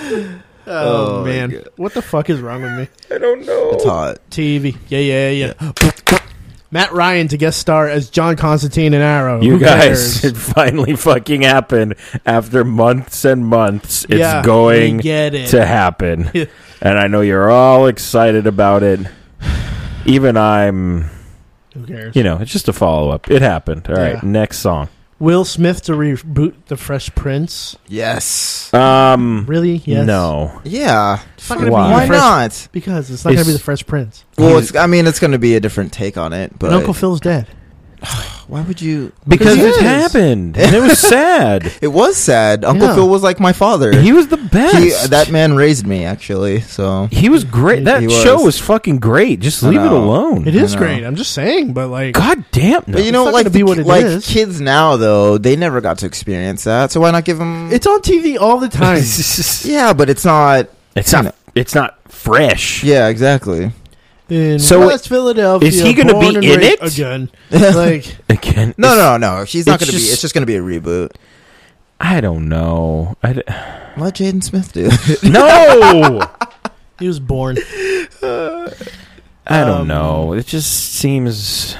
Oh, Oh, my man, God. what the fuck is wrong with me? I don't know. It's hot. TV. Yeah, yeah, yeah. Matt Ryan to guest star as John Constantine in Arrow. You Who guys, cares? it finally fucking happened after months and months. It's Yeah, going we get it. to happen. Yeah. and I know you're all excited about it. Even I'm, Who cares? you know, it's just a follow up. It happened. All right, Yeah. next song. Will Smith to reboot The Fresh Prince. Yes. Um, Really? Yes. no, Yeah. not gonna be Why fresh- not? Because it's not going to It's- be The Fresh Prince. Well, it's, I mean, it's going to be a different take on it, but and Uncle Phil's dead. why would you? because Because it it is. happened and it was sad. It was sad. Uncle Yeah. Phil was like my father. he was the He- best. that man raised me actually. So he was great. That He show was. was fucking great. Just I leave it know. alone. It is know. great. I'm just saying, but like, God damn. No. but you know, not like gonna be the- what it like is. kids now though, they never got to experience that. So why not give them? it's on TV all the time. it's yeah, but it's not. not. It's not fresh. Yeah, exactly. in So West Philadelphia. is he gonna born be and in raised- it? again? Like Again, No, it's- no, no. She's not it's going to be. just- It's just going to be a reboot. I don't know. I d- Let Jaden Smith do. no, he was born. I don't Um, know. It just seems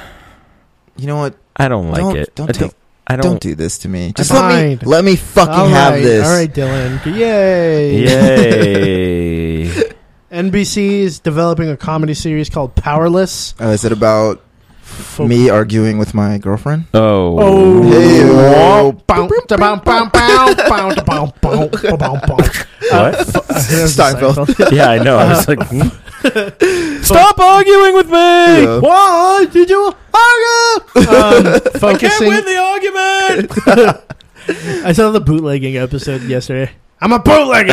you know what? I don't like Don't- it. don't I don't. take- I Don't, don't. do this to me. Just Fine. let me. Let me fucking All have right, this. All right, Dylan. Yay! Yay! NBC is developing a comedy series called Powerless. Oh, is it about Fo- me arguing with my girlfriend? Oh, Oh. Hey-o. Bow, da, bow, bow, bow, bow, da, bow, bow, bow, bow, bow. what? Steinfeld. yeah, I know. I was like, hmm. stop arguing with me. Yeah. What did you argue? Um, focusing. the argument. I saw the bootlegging episode yesterday. I'm a bootlegger.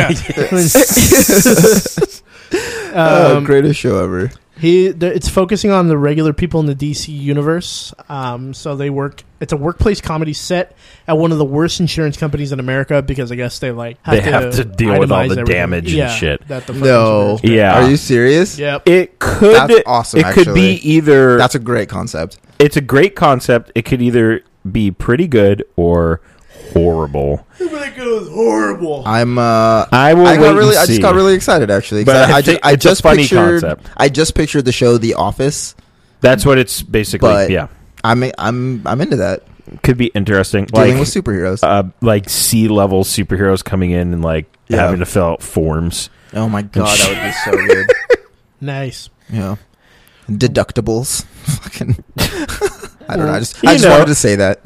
oh, um, greatest show ever. He, th- it's focusing on the regular people in the DC universe. Um, so they work. It's a workplace comedy set at one of the worst insurance companies in America because I guess they like They have to deal with all itemize the damage and Yeah, shit. That the fucking No. insurance- Yeah. Are you serious? Yep. It could. That's awesome, It could actually. be either. That's a great concept. it's a great concept. It could either be pretty good or horrible. It goes horrible. I'm. Uh, I will I wait got and really. I just see. got really excited actually. 'cause But I I, I, think just, I it's a just funny pictured. concept. I just pictured the show The Office. That's what it's basically. But- yeah, I'm. I'm. I'm into that. could be interesting. Dealing with Like superheroes. uh, like sea level superheroes coming in and like Yeah. having to fill out forms. oh my god, that would be so good. Nice. Yeah. Deductibles. Fucking. I don't know. I just, You I just know. wanted to say that.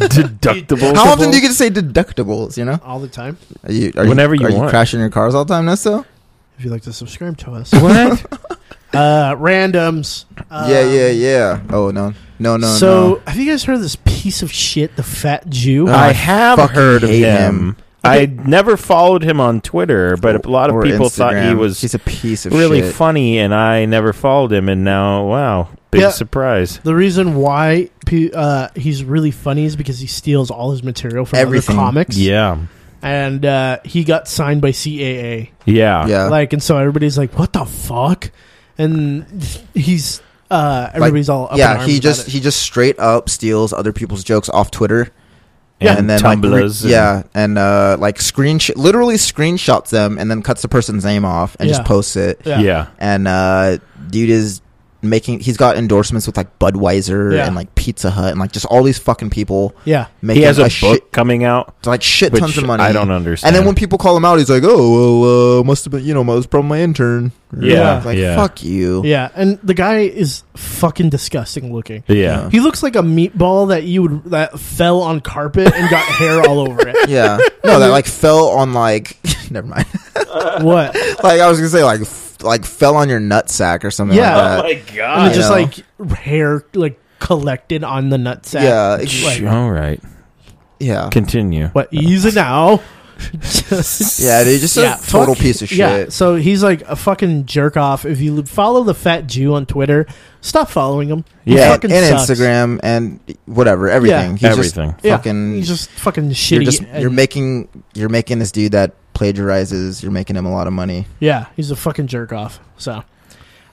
Deductibles. How often do you get to say deductibles? You know, All the time. are you are Whenever you, you are you want. crashing your cars all the time, Nesto? If you'd like to subscribe to us, what? uh, randoms. Um, yeah, yeah, yeah. Oh no, no, no. so no. have you guys heard of this piece of shit, the Fat Jew? Oh, I I have fucking heard of hate him. him. I never followed him on Twitter, but a lot of Or people thought he Instagram. was He's a piece of really shit. funny, and I never followed him. And now, wow, big Yeah. surprise! The reason why pe- uh, he's really funny is because he steals all his material from Everything. other comics. Yeah, And uh, he got signed by CAA. yeah, yeah, Like, and so everybody's like, what the fuck? And he's, uh, everybody's all up in yeah. arms He about just it. he just straight up steals other people's jokes off Twitter. And, and then tumblers. like, re- yeah, and uh, like screenshot, literally screenshots them, and then cuts the person's name off and Yeah. just posts it. and- yeah. and uh dude is making he's got endorsements with like Budweiser Yeah. and like Pizza Hut and like just all these fucking people Yeah. making He has a, book shit coming out, like shit which tons of money. I don't understand. And then when people call him out, he's like, "Oh well, uh, must have been you know, it was probably my intern." Yeah, like yeah. fuck you. Yeah. And the guy is fucking disgusting looking. yeah, He looks like a meatball that you would, that fell on carpet and got hair all over it. Yeah, no, that like fell on like never mind. What? like I was gonna say like f- like fell on your nutsack or something. like Yeah. that. my and god! it's just know. like hair like collected on the nutsack. Yeah, ex- like, All right, yeah, continue. what easy now? Just- yeah. Dude, just Yeah, a total fuck- piece of shit. Yeah, so he's like a fucking jerk off. If you follow the fat Jew on Twitter, stop following him. He Yeah, fucking and, and sucks. Instagram and whatever, everything. He's just Everything. Yeah, fucking- he's just fucking shitty. you're just and- you're making you're making this dude that plagiarizes. You're making him a lot of money. yeah, he's a fucking jerk off. So,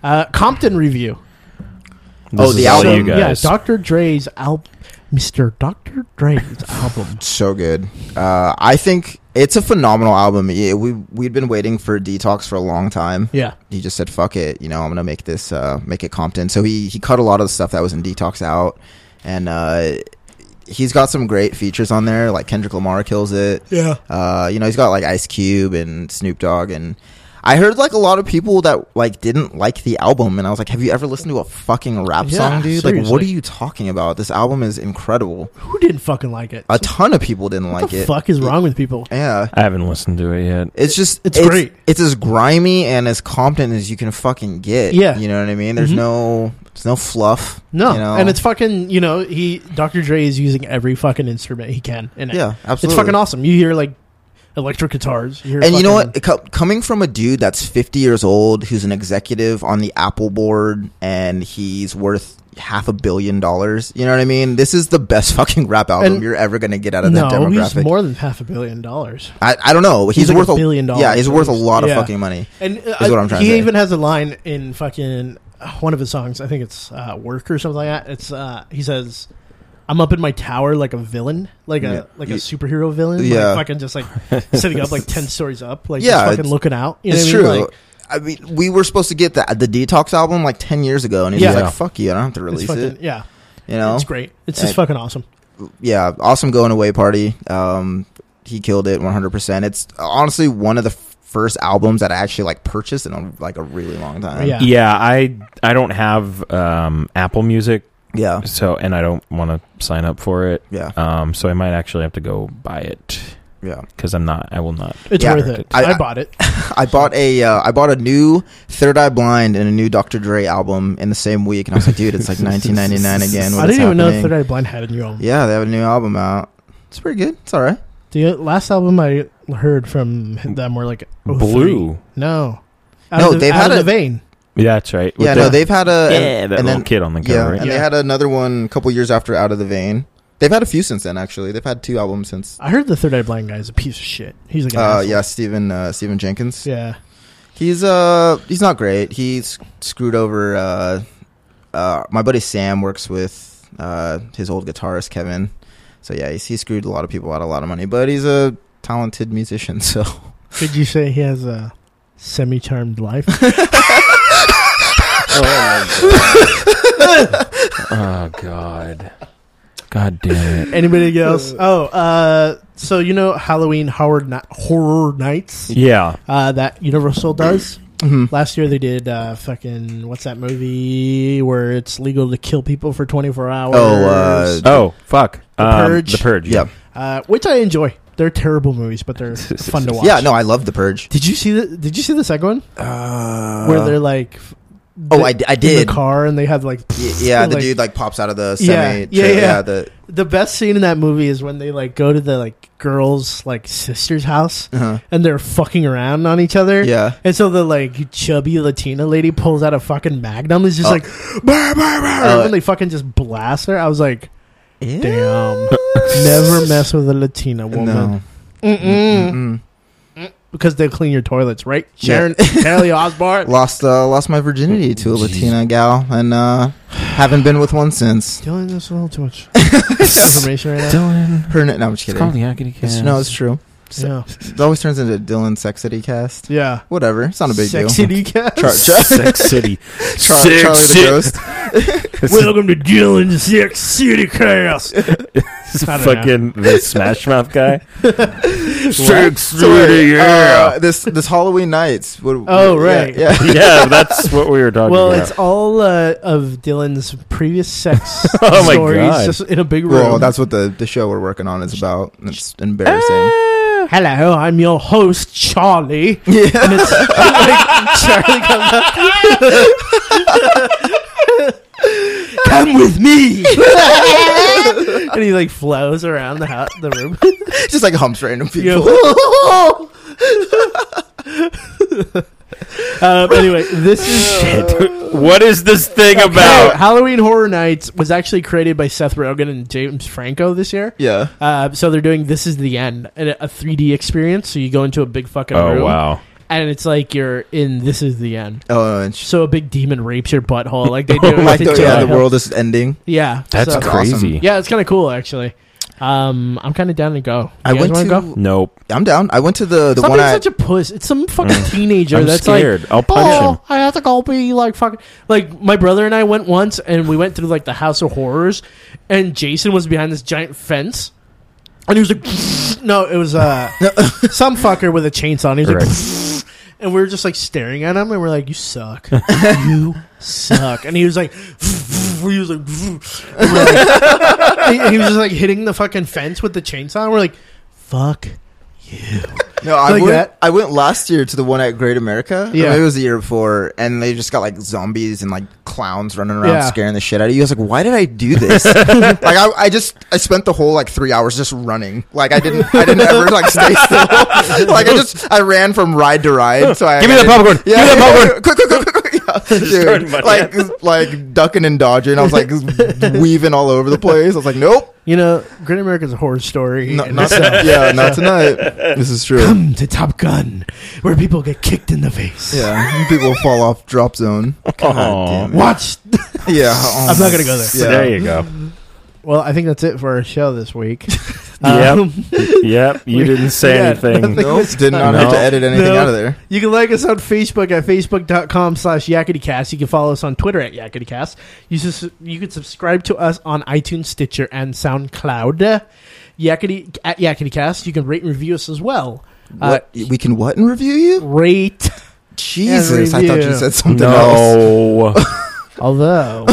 uh, Compton review. This Oh, the is all album. you guys. Yeah, Dr. Dre's album. Mr. Dr. Dre's album. So good. Uh, I think it's a phenomenal album. Yeah, we we'd been waiting for Detox for a long time. Yeah, He just said, "Fuck it," you know. I'm gonna make this uh, make it Compton. So he he cut a lot of the stuff that was in Detox out, and uh, he's got some great features on there. Like Kendrick Lamar kills it. yeah. Uh, you know, he's got like Ice Cube and Snoop Dogg, and I heard like a lot of people that like didn't like the album, and I was like, "Have you ever listened to a fucking rap Yeah, song, dude? Like, what seriously. are you talking about? This album is incredible. Who didn't fucking like it? A ton of people didn't like what the it. fuck is wrong with people? Yeah." I haven't listened to it yet. It's just It's great. It's as grimy and as Compton as you can fucking get. Yeah. you know what I mean. There's Mhm. no, there's no fluff. No, you know? and it's fucking. You know, he Dr. Dre is using every fucking instrument he can in it. yeah, it's absolutely. fucking awesome. You hear like electric guitars, hear And you know fucking- what? Co- coming from a dude that's 50 years old, who's an executive on the Apple board, and he's worth half a billion dollars. You know what I mean? This is the best fucking rap album And- you're ever going to get out of that no, he's demographic. more than half a billion dollars, I, I don't know. He's, He's like worth a billion Yeah, dollars he's worth a at least. lot of Yeah. fucking money. and uh, Is what I'm trying he to say. even has a line in fucking uh, one of his songs. I think it's uh, "Work" or something like that. It's uh, he says, "I'm up in my tower like a villain, like Yeah. a like a Ye- superhero villain, like Yeah. fucking just like sitting up like ten stories up, like Yeah, just fucking it's- looking out." You know it's what I mean? true. Like, I mean, we were supposed to get the the detox album like ten years ago, and he's Yeah. was like, "Fuck you, I don't have to it's release fucking it." yeah, You know, it's great. It's just And- fucking awesome. yeah, awesome going away party. Um, he killed it 100%. It's honestly one of the f- first albums that I actually like purchased in a, like a really long time. Yeah. Yeah, I I don't have um, Apple Music, Yeah. so and I don't want to sign up for it. Yeah. Um, so I might actually have to go buy it Yeah. because I'm not. I will not. It's Yeah. worth it. I- I, I- bought it. I bought a uh, I bought a new Third Eye Blind and a new Dr. Dre album in the same week and I was like, dude, it's like 1999 again. What is I didn't even know happening? Third Eye Blind had a new album. Yeah, they have a new album out. It's pretty good. It's all right. The last album I heard from them were like Oh, 03. Blue. No, out No, of the, they've out had of a- the vein. Yeah, that's right. With yeah, the- no, they've had a yeah, and, that and little then kid on the cover. yeah, right? and they Yeah. had another one a couple years after Out of the Vein. They've had a few since then actually. They've had two albums since I heard the Third Eye Blind guy is a piece of shit. He's like, an Uh, asshole. yeah, Stephen uh, Stephen Jenkins. yeah. He's uh he's not great. He s- screwed over. Uh, uh, my buddy Sam works with uh, his old guitarist Kevin. So yeah, he's, he screwed a lot of people out of a lot of money, but he's a talented musician. So Could you say he has a semi-charmed life? Oh god. God damn it. Anybody else? Oh, uh, so you know Halloween Horror, Ni- horror Nights Yeah. uh, that Universal does. Mhm. Last year they did uh, fucking what's that movie where it's legal to kill people for twenty four hours? Oh, uh, Oh fuck. The Um, Purge. The purge. yeah, Uh, which I enjoy. They're terrible movies, but they're fun to watch. yeah. No, I love the Purge. Did you see the Did you see the second one Uh, where they're like? f- oh, the- I, d- I in did. the car and they have like Y- yeah, the like- dude like pops out of the Yeah, semi. yeah, tra- yeah. the the best scene in that movie is when they like go to the like girl's like sister's house uh and they're fucking around on each other. yeah. And so the like chubby Latina lady pulls out a fucking magnum. It's just Oh. like, bah, bah, bah, Oh. and when they fucking just blast her, I was like, damn, Yeah. never mess with a Latina woman No. Mm-mm. Mm-mm. because they'll clean your toilets, right? Yeah. Sharon Kelly Osbourne. Lost uh, lost my virginity to a Jeez. Latina gal, and uh, haven't been with one since. Dylan, that's a little too much information right now. Dylan. Her, na- no, I'm just It's called kidding. the Agony It's- no, it's true. Yeah, It always turns into Dylan Sexity cast. yeah. Whatever, it's not a big Sexy deal. decaf. Char- Char- Sex City. Char- Sex Charlie the City. Ghost. Welcome to Dylan's Six City Cast. I don't know. fucking the Smash Mouth guy. So wait, uh, this this Halloween nights. What, Oh, right. Yeah. yeah. yeah, that's what we were talking Well, about. it's all uh, of Dylan's previous sex Oh my stories, God. just in a big room. Well, that's what the, the show we're working on is about. and It's embarrassing. Ah! Hello, I'm your host, Charlie. yeah. And it's like Charlie comes up. Come with me, and he like flows around the house, the room. just like humps random people. You know? um, anyway, this is what is this thing Anyway, about? Halloween Horror Nights was actually created by Seth Rogen and James Franco this year. Yeah. Uh, so they're doing This Is the End, and a a 3D experience. So you go into a big fucking Oh room, wow. and it's like you're in This Is the End. Oh, and sh- So a big demon rapes your butthole, like they do. like with the, the Oh yeah, the Jack- world is ending. Yeah, That's so- awesome. crazy. yeah, it's kind of cool actually. Um, I'm kind of down to go. I You guys went wanna to. go. Nope. I'm down. I went to the the Stop one. being I, Mm. such a puss. It's some fucking teenager I'm that's like scared. I'll punch him. I have to go be like fucking like my brother and I went once and we went through like the house of horrors and Jason was behind this giant fence and he was like no it was uh some fucker with a chainsaw and he was like and we were just like staring at him and we're like you suck you suck and he was like he was like, and we're like- he, he was just like hitting the fucking fence with the chainsaw and we're like fuck No, I Like went. that? I went last year to the one at Great America. Yeah, Yeah. maybe it was the year before, and they just got like zombies and like clowns running around Yeah. scaring the shit out of you. I was like, why did I do this? like, I, I just I spent the whole like three hours just running. Like, I didn't I didn't ever like stay still. like, I just I ran from ride to ride. So I Give me the I didn't- popcorn. Give me the quick, popcorn. quick, quick, quick, quick. Dude, started my like like ducking and dodging. I was like weaving all over the place. I was like, nope, You know, Great America's a horror story. no- in not itself. yeah, not tonight. This is true. Come to Top Gun, where people get kicked in the face. Yeah, people fall off drop zone. Aw. damn it. Watch. Yeah, oh I'm my- not gonna go there. So there you go. Well, I think that's it for our show this week. Yep. Um, Yep, you We- didn't say yeah, anything. nothing. Nope, did not No. have to edit anything No. out of there. You can like us on Facebook at facebook.com slash yakitycast. You can follow us on Twitter at yakitycast. You, sus- you can subscribe to us on iTunes, Stitcher, and SoundCloud. Yakety at yakitycast. You can rate and review us as well. Uh, What we can what and review you? rate. Jesus, I thought you review. said something else. No. Oh Although,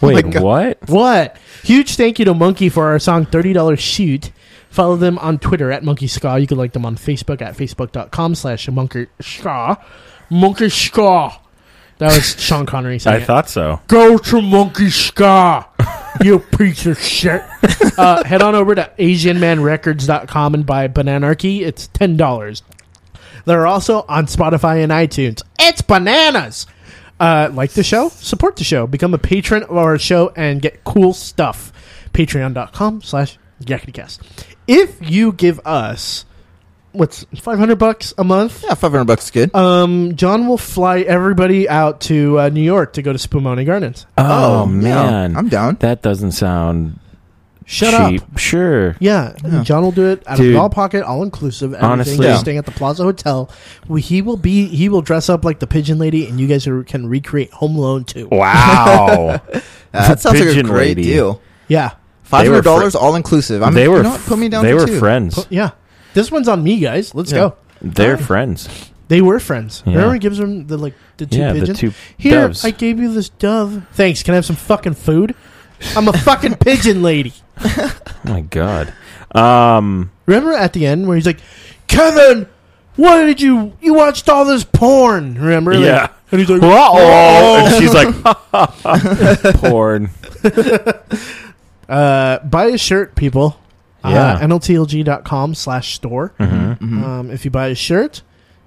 Wait, God. what? what? Huge thank you to Monkey for our song $30 Shoot. Follow them on Twitter at Monkey Ska. You can like them on Facebook at facebook.com slash Monkey Ska. Monkey Ska. That was Sean Connery saying I it. thought so. Go to Monkey Ska, you piece of shit. Uh, head on over to AsianManRecords.com and buy Bananarchy. It's $10. They're also on Spotify and iTunes. It's bananas! Uh, like the show? Support the show. Become a patron of our show and get cool stuff. Patreon.com slash YakityCast. If you give us, what's 500 bucks a month? Yeah, five hundred bucks is good. Um, John will fly everybody out to uh, New York to go to Spumoni Gardens. Oh, yeah, man. I'm down. That doesn't sound Shut cheap. up. Sure. Yeah, Yeah. John will do it out Dude. of all pocket, all inclusive. Everything. Honestly. You're staying at the Plaza Hotel. We, he will be. He will dress up like the pigeon lady, and you guys are, can recreate Home Alone too. Oh. Wow. Uh, That sounds like a Pigeon great lady. deal. Yeah, Five They were hundred fr- dollars all inclusive. I'm, they were You know what? Put me down. They for were two. friends. Pu- yeah. This one's on me, guys. Let's Yeah. go. They're friends. They were friends. Yeah. Remember, he gives them the like the two yeah, pigeons. the two Here, doves. I gave you this dove. Thanks. Can I have some fucking food? I'm a fucking pigeon lady. oh my god. Um Remember at the end where he's like, Kevin, why did you you watched all this porn? Remember? Like- Yeah. and he's like, oh and she's like porn. uh, buy a shirt, people. Yeah. Hmm. Uh, NLTLG.com slash store. Mm-hmm, Mm-hmm. Um, if you buy a shirt,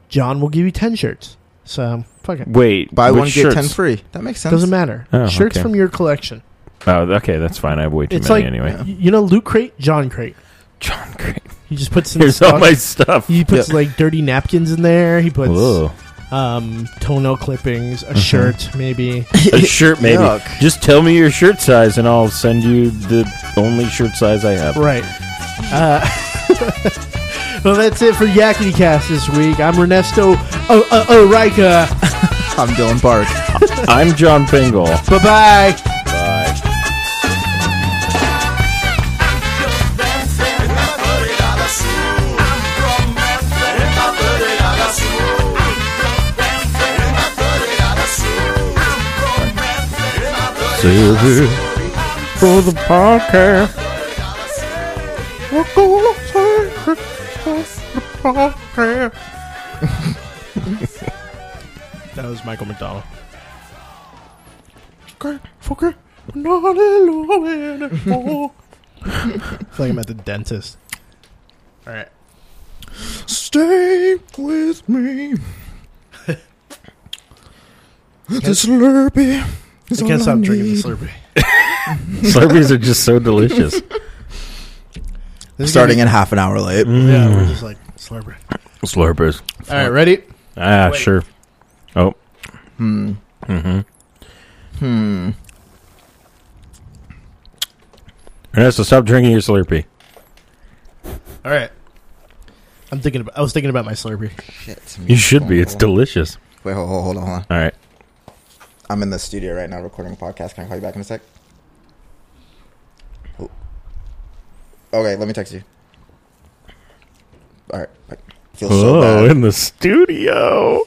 John will give you 10 shirts. So, fuck it. Wait, Buy which one get shirts? ten free. That makes sense. Doesn't matter. Oh, shirts okay. from your collection. Oh, okay, that's fine. I have way too It's many like- anyway. Yeah. You know, Loot Crate, John Crate. John Green. He just puts in Here's stock- all my stuff. He puts like dirty napkins in there. He puts Whoa. Mm-hmm. um, toenail clippings, a shirt, maybe. A shirt maybe. Yuck. Just tell me your shirt size and I'll send you the only shirt size I have. Right. Uh, well, that's it for Yakety Cast this week. I'm Ernesto O- O- O'Reika. I'm Dylan Park. I'm John Pingle. Bye bye. Bye. Silver for the podcast. that was Michael McDonald. I feel like I'm at the dentist. All right. Stay with me. the Slurpee. Is I all can't stop drinking need. the Slurpee. Slurpees are just so delicious. This is Starting gonna in half an hour late. be- Yeah, we're just like Slurpee. Slurpers. All right, ready? Ah, Wait. sure. Oh. Hmm. Mm-hmm. Hmm. so stop drinking your Slurpee. All right. I'm thinking about. I was thinking about my Slurpee. Shit. You should be. It's Oh. delicious. Wait, hold, hold, hold on, hold on. All right. I'm in the studio right now recording a podcast. Can I call you back in a sec? Oh. Okay, let me text you. All right. Bye. Feels so oh, bad. in the studio.